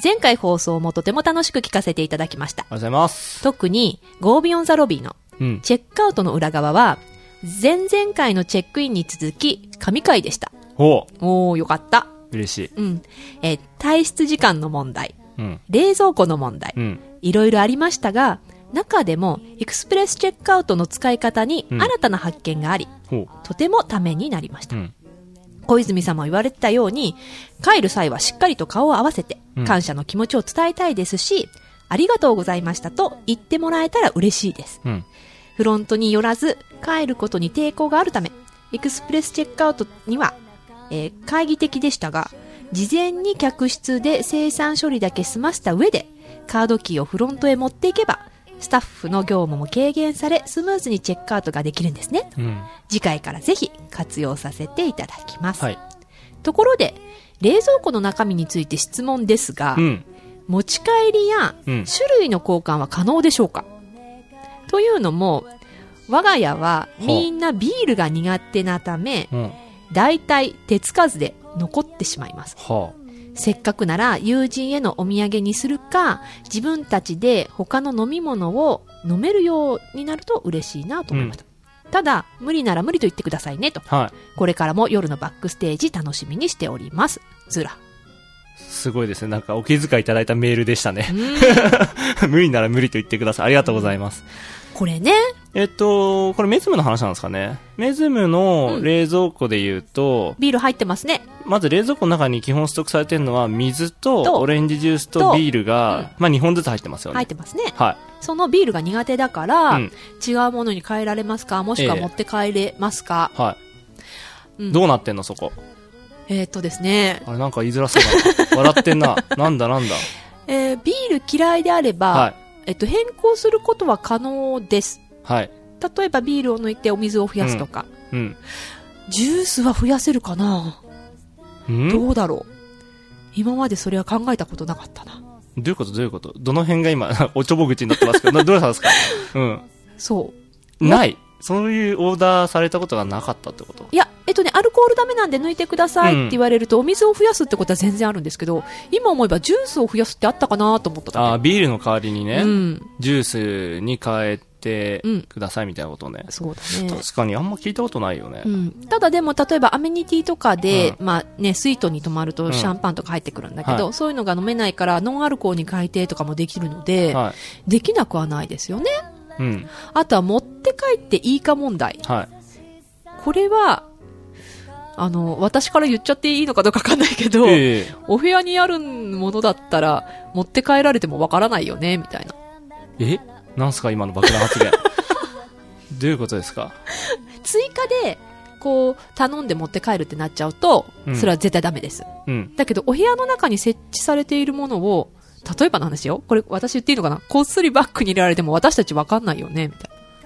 S2: 前回放送もとても楽しく聞かせていただきました。
S3: がとうございます。
S2: 特に、ゴービオンザロビーの
S3: うん。
S2: チェックアウトの裏側は、前々回のチェックインに続き、神回でした。
S3: おう
S2: おー、よかった。
S3: 嬉しい。
S2: うん。えー退出時間の問題、
S3: うん。
S2: 冷蔵庫の問題
S3: う、ん。
S2: いろいろありましたが、中でも、エクスプレスチェックアウトの使い方に
S3: うん
S2: 新たな発見があり、
S3: ほ
S2: とてもためになりまし
S3: う。
S2: た
S3: う。ん。
S2: 小泉様も言われてたように、帰る際はしっかりと顔を合わせて
S3: う、ん
S2: 感謝の気持ちを伝えたいですし、ありがとうございましたと言ってもらえたら嬉しいです。
S3: うん。
S2: フロントによらず、帰ることに抵抗があるため、エクスプレスチェックアウトには、えー会議的でしたが、事前に客室で生産処理だけ済ませた上で、カードキーをフロントへ持っていけば、スタッフの業務も軽減され、スムーズにチェックアウトができるんですね。
S3: うん。
S2: 次回からぜひ活用させていただきます。
S3: はい。
S2: ところで、冷蔵庫の中身について質問ですが、
S3: うん。
S2: 持ち帰りや
S3: うん。
S2: 種類の交換は可能でしょうかというのも、我が家はみんなビールが苦手なため、
S3: うん。は
S2: 大体手つかずで残ってしまいます。
S3: あ。
S2: せっかくなら友人へのお土産にするか、自分たちで他の飲み物を飲めるようになると嬉しいなと思いました。ただ、無理なら無理と言ってくださいねと。
S3: は
S2: これからも夜のバックステージ楽しみにしております。ズラ。
S3: い。すごいですね。なんかお気遣いいただいたメールでしたね。
S2: うん
S3: 無理なら無理と言ってください。ありがとうございます。
S2: これね、
S3: えっと、これメズムの話なんですかね。メズムの冷蔵庫で言うと、
S2: ビール入ってますね。
S3: まず冷蔵庫の中に基本ストックされてるのは水
S2: と
S3: とオレンジジュースと
S2: と
S3: ビールが、まあ2本ずつ入ってますよね。
S2: 入ってますね。
S3: はい。
S2: そのビールが苦手だから、
S3: うん
S2: 違うものに変えられますかもしくは持って帰れますか、
S3: は
S2: う
S3: い。
S2: ん
S3: どうなってんのそこ。
S2: えーっとですね、
S3: あれなんか言いづらそうだな。笑ってんな。なんだなんだ。
S2: えービール嫌いであれば、
S3: はい。
S2: えっと、変更することは可能です。
S3: はい。
S2: 例えばビールを抜いてお水を増やすとか、
S3: うん。
S2: ジュースは増やせるかな、
S3: うんど
S2: どうだろう今までそれは考えたことなかったな
S3: ういうことどういうことどの辺が今、 おちょぼ口になってますけど、などうしたんですか うん。
S2: そう
S3: ない。そういうオーダーされたことがなかったってこと
S2: いや、えっとね、アルコールダメなんで抜いてくださいって言われると、お水を増やすってことは全然あるんですけど、今思えばジュースを増やすってあったかなと思った
S3: あ
S2: だ
S3: あ、
S2: け。
S3: ビールの代わりにね、
S2: うん。
S3: ジュースに変えて
S2: うん
S3: くださいみたいなことね。
S2: そうだね。
S3: 確かにあんま聞いたことないよね。
S2: うん、ただでも例えばアメニティとかで、
S3: う
S2: まあね、スイートに泊まる
S3: う
S2: と
S3: ん
S2: シャンパンとか入ってくるんだけど、
S3: は
S2: そういうのが飲めないからノンアルコールに改定とかもできるので、
S3: は
S2: できなくはないですよね
S3: い。うん。
S2: あとは持って帰っていいか問題
S3: はい。
S2: これはあの私から言っちゃっていいのかどうかわかんないけど、
S3: ええ
S2: お部屋にあるものだったら持って帰られてもわからないよねみたいな
S3: えなんすか今の爆弾 発言。どういうことですか
S2: 追加でこう頼んで持って帰るってなっちゃうと
S3: うん
S2: それは絶対ダメです、
S3: うん。
S2: だけどお部屋の中に設置されているものを例えばの話よこれ私言っていいのかなこっそりバッグに入れられても私たちわかんないよねみたいな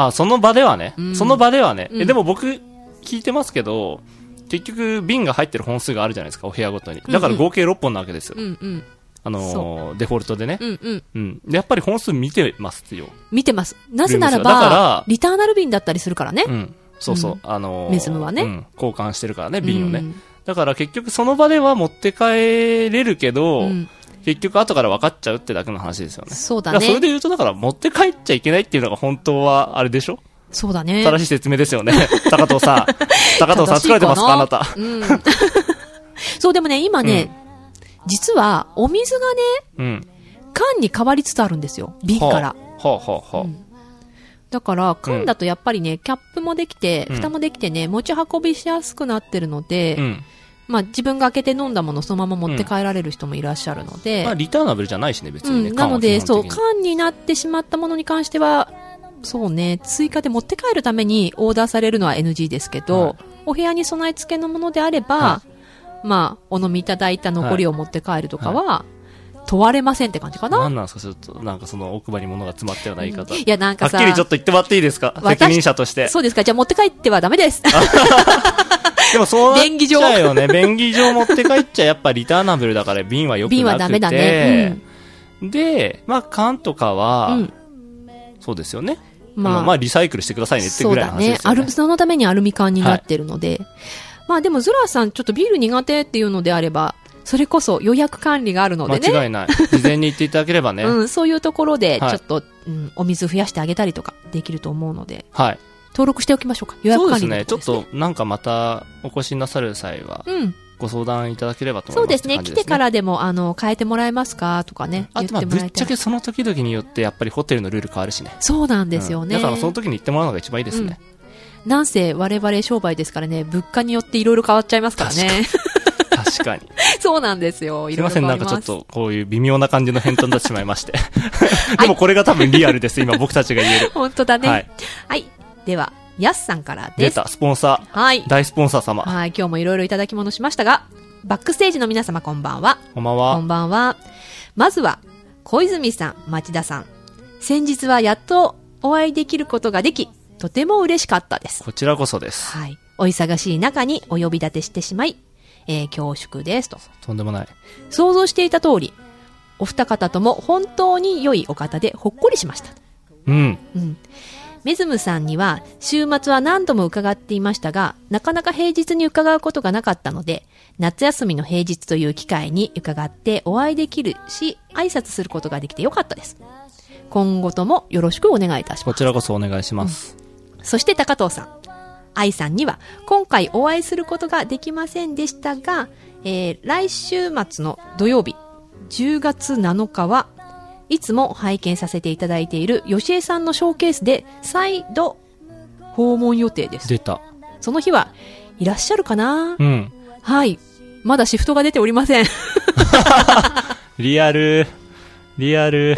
S3: ああ、その場ではね。
S2: うん
S3: その場ではね。
S2: う
S3: え、
S2: ん
S3: でも僕、聞いてますけど、結局、瓶が入ってる本数があるじゃないですか、お部屋ごとに。だから合計6本なわけですよ。
S2: うんうん
S3: あのーデフォルトでね。
S2: うんうん
S3: うん。でやっぱり本数見てますよ。
S2: 見てますなぜなら
S3: ルームサーバーだから
S2: ばリターナル瓶だったりするからね、
S3: うん。そうそう
S2: う。ん
S3: あのー
S2: メズムはね
S3: うん交換してるからね、瓶をね。
S2: うん
S3: だから結局その場では持って帰れるけど、
S2: うん
S3: 結局後から分かっちゃうってだけの話ですよね。
S2: そう
S3: だ
S2: だ
S3: から
S2: ね
S3: それで言うと、だから持って帰っちゃいけないっていうのが本当は、あれでしょ
S2: そうだね
S3: 正しい説明ですよね。 高藤さん。高藤さ
S2: 正
S3: ん
S2: しい
S3: 疲れてますかあなた。
S2: うん、 そうでもね今ね、実はお水がね
S3: うん。
S2: 缶に変わりつつあるんですよ瓶から
S3: は、あはあはあ
S2: うんだから缶だとやっぱりね、キャップもできて
S3: うん
S2: 蓋もできてね持ち運びしやすくなってるので、
S3: うん。
S2: まあ、自分が開けて飲んだものそのまま持って帰られる人もいらっしゃるので
S3: まあ、リターナブルじゃないしね、別
S2: う
S3: にね。
S2: ん、なのでそう
S3: 缶は
S2: 缶になってしまったものに関してはそうね追加で持って帰るためにオーダーされるのは NG ですけど、
S3: はい
S2: お部屋に備え付けのものであれば、
S3: は
S2: まあお飲みいただいた残りを持って帰るとかは、問われませんって感じか
S3: 基本的
S2: な
S3: に。何なんですかちょっと、なんかその奥歯に物が詰まったような言い方。
S2: いやなん
S3: は
S2: か
S3: っき
S2: さ
S3: りちょっと言ってもらっていいですか
S2: 私
S3: 責任者として。
S2: そうですかじゃあ持って帰ってはダメです
S3: でもそうなっ
S2: 便宜
S3: ち
S2: 上
S3: ゃうよね。便宜上持って帰っちゃやっぱリターナブルだから瓶はよくなくて。
S2: 瓶はダメだね、
S3: で、まあ缶とかは、
S2: うん
S3: そうですよね。ま
S2: ま
S3: あの、
S2: あ、
S3: まあリサイクルしてくださいねってぐらいの話で
S2: そ
S3: す
S2: うだねア
S3: よね。
S2: ルそのためにアルミ缶になってるので、まあでもズラさんちょっとビール苦手っていうのであればそれこそ予約管理があるのでね
S3: 間違い ない。事前に言っていただければね。
S2: うん、そういうところで、ちょ
S3: はい
S2: っと、うん、お水増やしてあげたりとかできると思うので、
S3: はい。
S2: 登録しておきましょうか。予
S3: そ
S2: 約
S3: うで
S2: 管
S3: す
S2: 理の
S3: ね。ち
S2: と
S3: ょ
S2: ころ
S3: っとなんかまたお越しなさる際は
S2: ですね。うん。
S3: ご相談いただければと
S2: そ
S3: 思いうま
S2: で
S3: す。
S2: すね。
S3: って
S2: 来
S3: 感じ
S2: てからでも、あの、変えてもらえますかとかね。
S3: あ
S2: 言っ
S3: とまあ
S2: ても
S3: ぶ
S2: ら
S3: っ
S2: い
S3: ち
S2: た
S3: ゃ
S2: い
S3: け。その時々によってやっぱりホテルのルール変わるしね。
S2: そうなんですよね。
S3: うんだからその時に言ってもらうのが一番いいですね。
S2: なんせ我々商売ですからね、物価によっていろいろ変わっちゃいますからね。
S3: 確かに。
S2: そうなんですよ。い
S3: すい
S2: ろい
S3: ま
S2: ろ
S3: せ
S2: 変
S3: ん、な
S2: わ
S3: ん
S2: り
S3: か
S2: ます。
S3: ちょっとこういう微妙な感じの返答になってしまいまして。 でもこれが多分リアルです、今僕たちが言える。
S2: 本当だね。は
S3: はいい。
S2: では、やすさんから
S3: 出
S2: です。
S3: た、スポンサ
S2: はい
S3: ー、。大スポンサー様。
S2: はい。今日もいろいろいただき物しましたが、バックステージの皆様こんばんは。
S3: こんばん
S2: こ
S3: は
S2: ん。ばんは。まずは、小泉さん、町田さん。先日はやっとお会いできることができ、とても嬉しかったです。
S3: こちらこそです。
S2: はい。お忙しい中にお呼び立てしてしまい、えー恐縮ですと。
S3: とんでもない。
S2: 想像していた通り、お二方とも本当に良いお方でほっこりしました。
S3: うん。
S2: うん。メズムさんには週末は何度も伺っていましたが、なかなか平日に伺うことがなかったので、夏休みの平日という機会に伺ってお会いできるし、挨拶することができてよかったです。今後ともよろしくお願いいたし
S3: こ
S2: ま
S3: ち
S2: す。
S3: らこそお願いします。
S2: そして高藤さん。愛さんには今回お会いすることができませんでしたが、えー来週末の土曜日、10月7日はいつも拝見させていただいている吉江さんのショーケースで再度訪問予定です。
S3: 出た。
S2: その日はいらっしゃるかな
S3: うん。
S2: はい。まだシフトが出ておりません。
S3: リアル。リアル。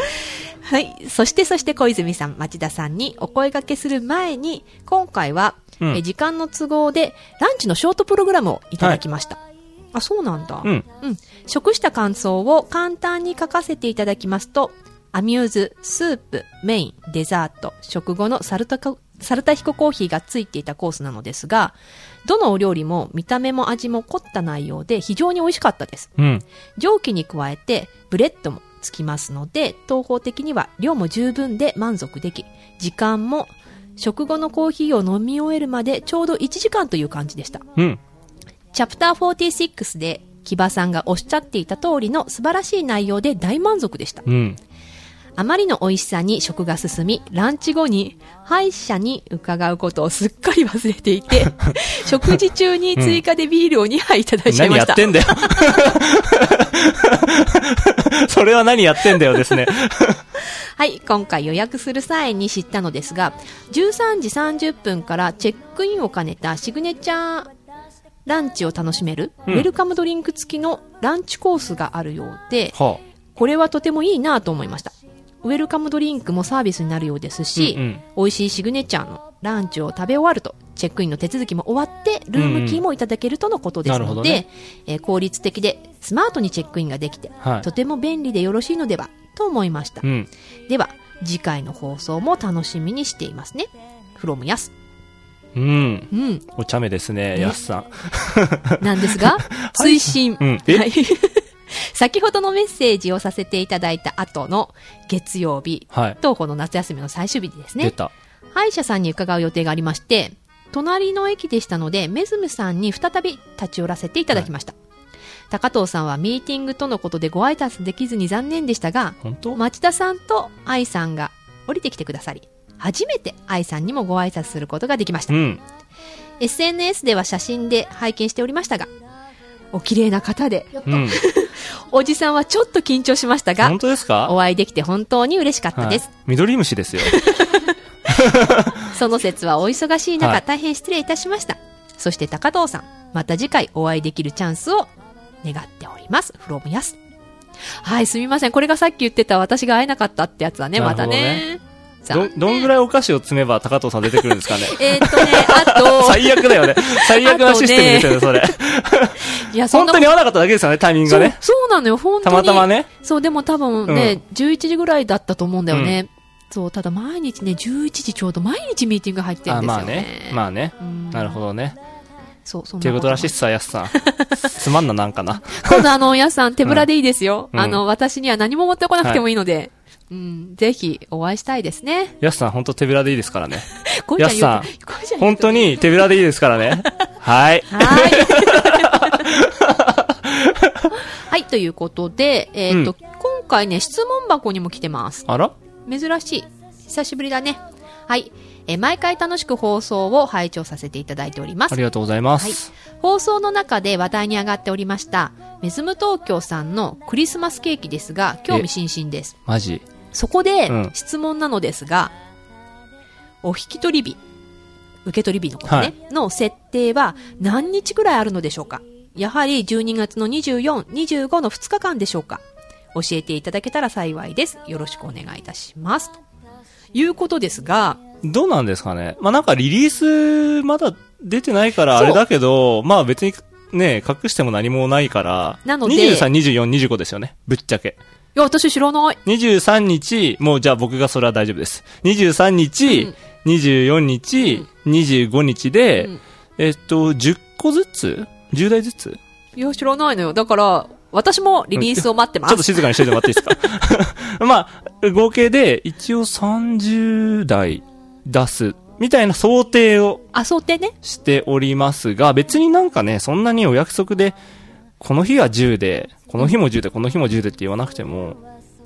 S2: はい。そして、そして小泉さん、町田さんにお声掛けする前に、今回は、
S3: うん
S2: え時間の都合で、ランチのショートプログラムをいただきました。あ、そうなんだ。
S3: うん。
S2: 食した感想を簡単に書かせていただきますと、アミューズ、スープ、メイン、デザート、食後のサルタコサルタヒココーヒーがついていたコースなのですが、どのお料理も見た目も味も凝った内容で非常に美味しかったです。
S3: うん。
S2: 蒸気に加えてブレッドもつきますので東方的には量も十分で満足でき時間も食後のコーヒーを飲み終えるまでちょうど1時間という感じでした
S3: うん。
S2: チャプター46で木場さんがおっしゃっていた通りの素晴らしい内容で大満足でした
S3: うん。
S2: あまりの美味しさに食が進み、ランチ後に歯医者に伺うことをすっかり忘れていて、食事中に追加でビールを2杯いただいちゃい
S3: 何
S2: ま
S3: や
S2: した
S3: っ。てん だよ。それは何やってんだよですね。
S2: はい、今回予約する際に知ったのですが、13時30分からチェックインを兼ねたシグネチャーランチを楽しめる、
S3: うん
S2: ウェルカムドリンク付きのランチコースがあるようで、
S3: は
S2: これはとてもいいなと思いました。ウェルカムドリンクもサービスになるようですし、
S3: うんうん
S2: 美味しいシグネチャーのランチを食べ終わると、チェックインの手続きも終わって、ルームキーもいただけるとのことです
S3: うんうんなるほ
S2: の
S3: ど
S2: で、
S3: ね
S2: えー効率的でスマートにチェックインができて、
S3: はい
S2: とても便利でよろしいのではと思いました
S3: あ。う。ん。
S2: では、次回の放送も楽しみにしていますね。from やす。
S3: うん。
S2: うん。
S3: お茶目ですね、
S2: ね
S3: やすさ ん。
S2: なんですが、推進。
S3: うんえ
S2: はい。 先ほどのメッセージをさせていただいた後の月曜日、
S3: はい。
S2: 東方の夏休みの最終日です
S3: 出
S2: ね。
S3: た。
S2: 歯医者さんに伺う予定がありまして、隣の駅でしたので、メズムさんに再び立ち寄らせていただきました。高藤さんはミーティングとのことでご挨拶できずに残念でしたが、
S3: 本当
S2: 町田さんと愛さんが降りてきてくださり、初めて愛さんにもご挨拶することができました
S3: う。ん。
S2: SNS では写真で拝見しておりましたが、お綺麗な方で、
S3: うん。
S2: おじさんはちょっと緊張しましたが
S3: 本、当ですか
S2: お会いできて本当に嬉しかった
S3: は
S2: で
S3: い
S2: す。。
S3: 緑 虫ですよ。
S2: その説はお忙しい中、
S3: はい
S2: 大変失礼いたしました。そして高藤さん、また次回お会いできるチャンスを願っております。from やす。はい、すみません。これがさっき言ってた私が会えなかったってやつだね、
S3: なる
S2: ま
S3: ほ
S2: た
S3: どね
S2: ね。
S3: ど、どんぐ
S2: らい
S3: らいお菓子を詰めば高藤さん出てくるんですかね。
S2: えーっとね、 あと、
S3: 最悪だよね。最悪なシステムですよね、それ。
S2: いや、そん
S3: 本
S2: な
S3: 当に合わなかっただけですよね、タイミングがね。
S2: そうそうなのよ、本当
S3: た
S2: に。
S3: またまね。
S2: そう、でも多分ね、11時ぐらいだったと思うんだよね。そう、ただ毎日ね、11時ちょうど毎日ミーティング入ってるん
S3: あ、
S2: ですよ
S3: ま
S2: ね。
S3: あね。まあね。
S2: うん
S3: なるほどね。
S2: そう、そん
S3: っ
S2: な
S3: ていうことらしいっ
S2: す。
S3: すわ、や すさん。つまんな、なんかな。
S2: 今度あの、やすさん、手ぶらでいいですよ。
S3: うん
S2: あの、私には何も持ってこなくてもいいので。うん、ぜひ、お会いしたいですね。
S3: やすさん、ほんと手ぶらでいいですからね。
S2: こいちゃん言う
S3: や
S2: と
S3: す、
S2: こいちゃん言うと
S3: 本当。に手ぶらでいいですからね。はい。
S2: はい。 はい、ということで、えーっ、と、今回ね、質問箱にも来てます。
S3: あら
S2: 珍しい。久しぶりだね。はい。えー毎回楽しく放送を拝聴させていただいておりま
S3: あ
S2: す
S3: り。がとうございます。
S2: 放送の中で話題に上がっておりました、メズム東京さんのクリスマスケーキですが、興味津々です。
S3: マジ。
S2: そこで
S3: うん
S2: 質問なのですが、お引き取り日、受け取り日のことね、
S3: はい
S2: の設定は何日くらいあるのでしょうかやはり12月の24、25の2日間でしょうか教えていただけたら幸いです。よろしくお願いいたします。ということですが、
S3: どうなんですかね。まあなんかリリース、まだ出てないからあ
S2: そう
S3: れだけど、まあ別に、ね隠しても何もないから。
S2: なので
S3: 23、24、25ですよね。ぶっちゃけ。
S2: いや、私知らない。
S3: 23日、もうじゃあ僕がそれは大丈夫です。23日、24日、25日で、
S2: うん
S3: えっと、10個ずつ ?10 台ずつち
S2: いや、知らないのよ。だから、私もリリースを待ってま
S3: ょっと
S2: す。
S3: 静かにしててもらっていいですか まあ、合計で一応30台出す、みたいな想定を
S2: あ、想定ね。
S3: しておりますが、別になんかね、そんなにお約束で、この日は10で、この日も10で、この日も10でって言わなくても、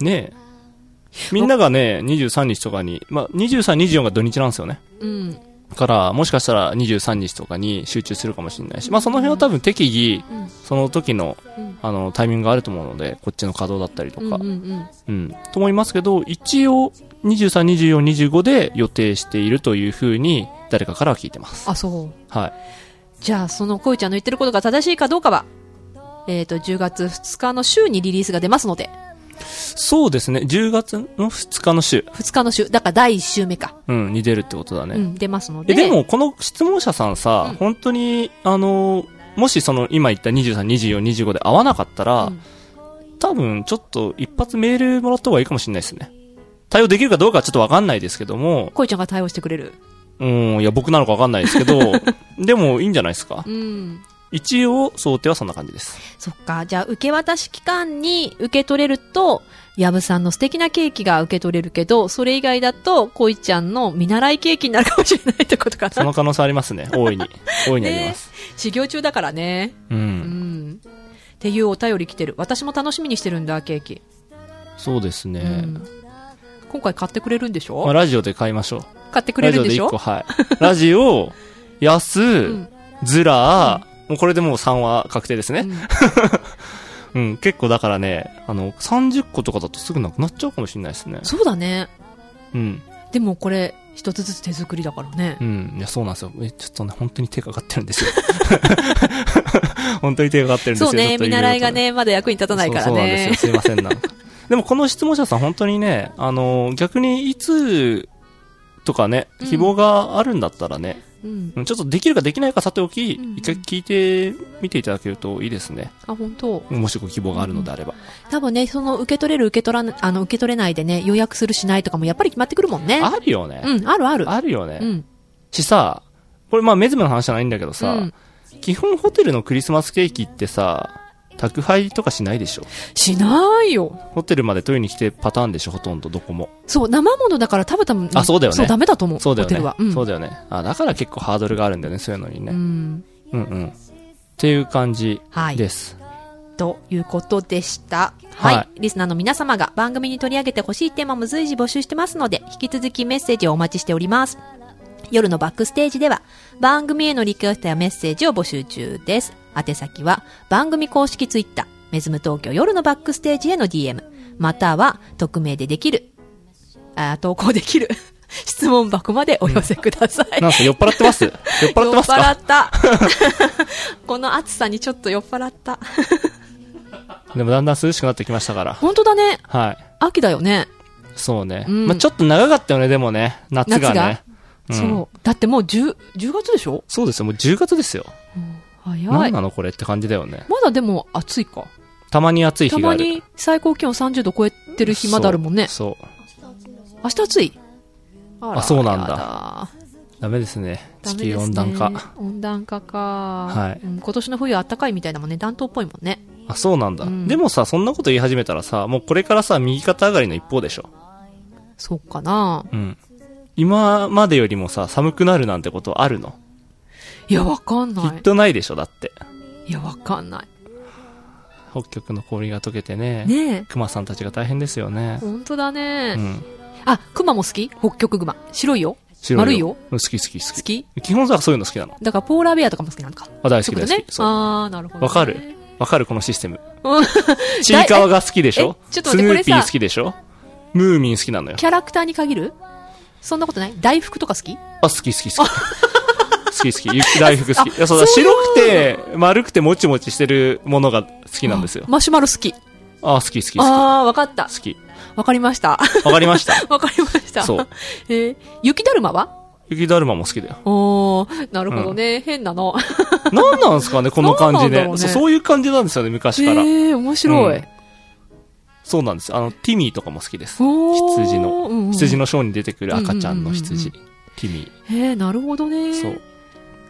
S3: ねえ。みんながね、23日とかに、まあ、23、24が土日なんですよね。
S2: うん。
S3: から、もしかしたら23日とかに集中するかもしれないし、まあ、その辺は多分適宜、
S2: うん
S3: その時の
S2: うん、
S3: あの、タイミングがあると思うので、こっちの稼働だったりと
S2: うん
S3: か
S2: うん、うん。
S3: うん、と思いますけど、一応、23、24、25で予定しているというふうに、誰かからは聞いてます。
S2: あ、そう。
S3: はい。
S2: じゃあ、そのこいちゃんの言ってることが正しいかどうかは、えっ、と、10月2日の週にリリースが出ますので、
S3: そうですね。10月の2日の週、
S2: 2日の週、だから第1週目か。
S3: うん、に出るってことだね。
S2: うん、出ますので。
S3: え、でも、この質問者さんさ、
S2: うん
S3: 本当に、あの、もしその、今言った23、24、25で合わなかったら、
S2: うん
S3: 多分、ちょっと一発メールもらった方がいいかもしれないですね。対応できるかどうかはちょっとわかんないですけども、
S2: こいちゃんが対応してくれる。
S3: うん、いや、僕なのかわかんないですけ ど、でもいいんじゃないですか
S2: う。ん。
S3: 一応、想定はそんな感じです。
S2: そっか。じゃあ、受け渡し期間に受け取れると、ヤブさんの素敵なケーキが受け取れるけど、それ以外だと、こいちゃんの見習いケーキになるかもしれないってことか
S3: そ
S2: な。
S3: の可能性ありま すね。大いに。大いにあります。
S2: 修行中だからね。
S3: う。
S2: うんん。っていうお便り来てる。私も楽しみにしてるんだ、ケーキ。
S3: そうですね。
S2: うん今回買ってくれるんでしょ、
S3: まあ、ラジオで買いましょう。
S2: 買ってくれるんでし
S3: ラジオで1個、
S2: ょ
S3: はい。ラジオ、安、す
S2: ん
S3: ズラ、もうこれでもう3は確定ですね。 うん、結構だからね、あの、30個とかだとすぐなくなっちゃうかもしれないですね。
S2: そうだね。
S3: うん、
S2: でもこれ、一つずつ手作りだからね
S3: う。ん。いや、そうなんですよ。え、ちょっとね、本当に手がかかってるん ですよ。 本当に手がかかってるんです
S2: そう
S3: よ。ちょ
S2: ね、
S3: っと
S2: 見
S3: ろろと
S2: 習いがね、まだ役に立たないから
S3: そうそうなんです
S2: ね
S3: よ。。すいませ ん、なんか。でもこの質問者さん、本当にね、あの、逆にいつとかね、
S2: うん
S3: 希望があるんだったらね、
S2: うん。
S3: うんちょっとできるかできないかさておき、
S2: うん
S3: 一回聞いてみていただけるといいですね。
S2: あ、本当。
S3: もしご希望があるのであれば。
S2: 多分ね、その受け取れる受け取らな、あの、受け取れないでね、予約するしないとかもやっぱり決まってくるもんね。
S3: あるよね。
S2: うん、あるある。
S3: あるよね。
S2: うん。
S3: しさ、これまあ、メズムの話じゃないんだけどさ、
S2: うん
S3: 基本ホテルのクリスマスケーキってさ、宅配とかしないでしょ
S2: しないよ。
S3: ホテルまで取りに来てパターンでしょほとんどどこも。
S2: そう、生ものだから多分多分、
S3: あそうだよね
S2: そう、ダメだと思う。
S3: そうだよ
S2: ホテ
S3: ね
S2: ルは。。うん。
S3: そうだよね。あ、だから結構ハードルがあるんだよね、そういうのに
S2: う
S3: ね。
S2: ん。
S3: うんうん。っていう感じ
S2: はい。
S3: です。
S2: ということでした。はい。
S3: はい
S2: リスナーの皆様が番組に取り上げてほしいテーマも随時募集してますので、引き続きメッセージをお待ちしております。夜のバックステージでは、番組へのリクエストやメッセージを募集中です。宛先は、番組公式ツイッター、メズム東京夜のバックステージへの DM、または、匿名でできる、あ投稿できる、 質問箱までお寄せください。
S3: なんすか酔っ払ってます 酔っ払ってます
S2: 酔っ払
S3: か
S2: った。 この暑さにちょっと酔っ払った。
S3: でもだんだん涼しくなってきましたから。
S2: 本当だね。
S3: はい。
S2: 秋だよね。
S3: そうね。
S2: うん
S3: まあちょっと長かったよね、でもね。夏がね。うん
S2: そう。だってもう10、10月でしょ
S3: そうですよ、もう10月ですよ。
S2: 早
S3: 何
S2: い。ま
S3: なのこれって感じだよね。
S2: だでも暑いか。
S3: たまに暑い
S2: た
S3: 日が
S2: ま
S3: ある。
S2: に最高気温30度超えてる日まであるもんね。
S3: そう。そう
S2: 明日暑い。あら
S3: そうなんだ
S2: やだ。
S3: ダメですね。
S2: ダ
S3: 地
S2: メですね
S3: 球温暖化。。
S2: 温暖化か。
S3: はい
S2: うん今年の冬は暖かいみたいだもんね。暖冬っぽいもんね。
S3: あ、そうなんだ、
S2: うん
S3: でもさ、そんなこと言い始めたらさ、もうこれからさ、右肩上がりの一方でしょ。
S2: そうかな。
S3: うん。今までよりもさ、寒くなるなんてことあるの、
S2: いや、わかん
S3: き
S2: な
S3: っとないでしょ、だって。
S2: い。いや、わかんな
S3: 北極の氷が溶けてね。
S2: い。ねえ。
S3: 熊さんたちが大変ですよね。
S2: 本当だね。
S3: うん。
S2: あ、熊も好き北極熊。白いよ。
S3: 白
S2: 丸いよ。
S3: うん好き好き好
S2: 好
S3: き。
S2: き
S3: 基本さ、そういうの好きなの。
S2: だからポーラーベアとかも好きなのか。
S3: あ、大好
S2: そう
S3: き
S2: いうこと
S3: 大好
S2: ね
S3: き。。そう。
S2: ああ、なるほど、ね。
S3: わかるわかるこのシステム。
S2: うん
S3: ちいかわが好き でしょ
S2: えちょっと待っ
S3: ス
S2: て
S3: ヌ
S2: これ
S3: ー
S2: さ
S3: ピー好きでしょムーミン好きなのよ。
S2: キャラクターに限るそんなことない大福とか好き
S3: あ、好き好き 好き。好き好き。ゆ大福好き。
S2: あ
S3: いや、そうだ、
S2: そういう
S3: 白くて、丸くて、もちもちしてるものが好きなんですよ
S2: あ。マシュマロ好き。
S3: あ、好き好き好
S2: ああ、わかった
S3: き。。好き。
S2: わかりました。
S3: わかりました。
S2: わかりました。
S3: そう。
S2: えー、雪だるまは
S3: 雪だるまも好きだよ。
S2: おー、なるほどね。変なの。
S3: 何なんすかね、この感じ
S2: 何なんだ
S3: ね
S2: ろうね
S3: そう。そういう感じなんですよね、昔から。
S2: えー、面白い。
S3: うんそうなんですよ。あの、ティミーとかも好きです。
S2: おー
S3: 羊
S2: うんうん
S3: の、羊のショーに出てくる赤ちゃんの
S2: う
S3: 羊
S2: ん。
S3: ティミ
S2: えー、なるほどね。
S3: ー。そう。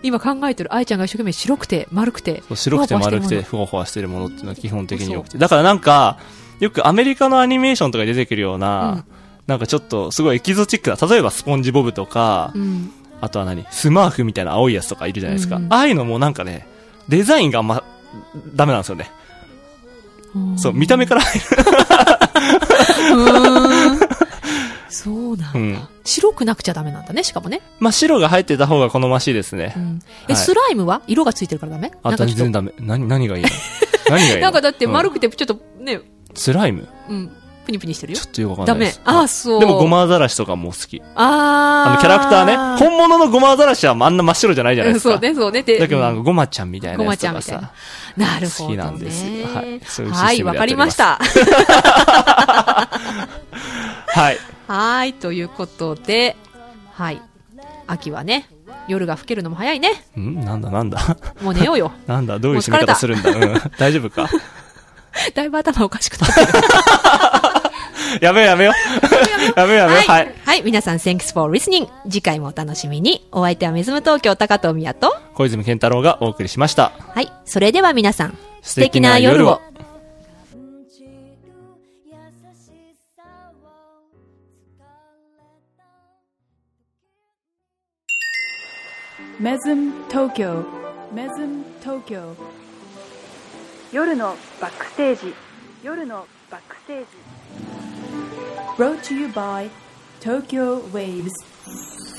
S2: 今考えてる愛ちゃんが一生懸命白くて丸くて。
S3: 白くて丸くて
S2: ふわふわしてるもの
S3: ふわふわしてるものっていうのは基本的に良くて。だからなんか、よくアメリカのアニメーションとかに出てくるような、なんかちょっとすごいエキゾチックな、例えばスポンジボブとか、
S2: うん。
S3: あとは何スマーフみたいな青いやつとかいるじゃないですか。
S2: うんうん
S3: ああいうのもなんかね、デザインがあんま、ダメなんですよね。
S2: うん
S3: そ う、見た目から入る。
S2: うーんそうなんだ、
S3: うん
S2: 白くなくちゃダメなんだね、しかもね。
S3: まあ、白が入ってた方が好ましいですね。
S2: うんえ、
S3: はい
S2: スライムは色がついてるからダメ
S3: あ、
S2: なんか
S3: 全
S2: ちょっと
S3: 然ダメ。何、何がいいの何がいいの
S2: なんかだって丸
S3: うん
S2: くてちょっとね、
S3: スライム
S2: うん、ぷにぷにしてるよ
S3: ちょ。っとよくわか
S2: ダ
S3: んない
S2: メ
S3: です。。
S2: あ
S3: は
S2: あ、
S3: い
S2: そう。
S3: でもゴマアザラシとかも好き。
S2: あー
S3: あの、キャラクターね。本物のゴマアザラシはあんな真っ白じゃないじゃないですか。
S2: そうね、そうね。で
S3: だけどなんかゴマちゃんみたいなやつとか
S2: ゴマちゃんみ
S3: さ。
S2: なるほど、ね。
S3: 好きなんですよはいそういうシステムで
S2: はい、わかりました。
S3: はい。
S2: はい、ということで、はい。秋はね、夜が更けるのも早いね。
S3: んなんだなんだ
S2: もう寝よう よ。
S3: なんだどういう締め方するんだうん。大丈夫か
S2: だいぶ頭おかしくなってる。
S3: やべえやめよ。や べえやめよ。
S2: は
S3: はいい。。
S2: はい、皆さん、Thanks for listening。次回もお楽しみに。お相手はメズム東京高藤宮と。
S3: 小泉健太郎がお送りしました。
S2: はい、それでは皆さん、素
S3: 素
S2: 敵
S3: 敵
S2: な
S3: な
S2: 夜
S3: 夜
S2: を
S3: を。
S5: 感じる優しさを疲れた
S1: Mesm Tokyo Mesm Tokyo 夜のバックステージ夜のバックステージ Brought to you by Tokyo Waves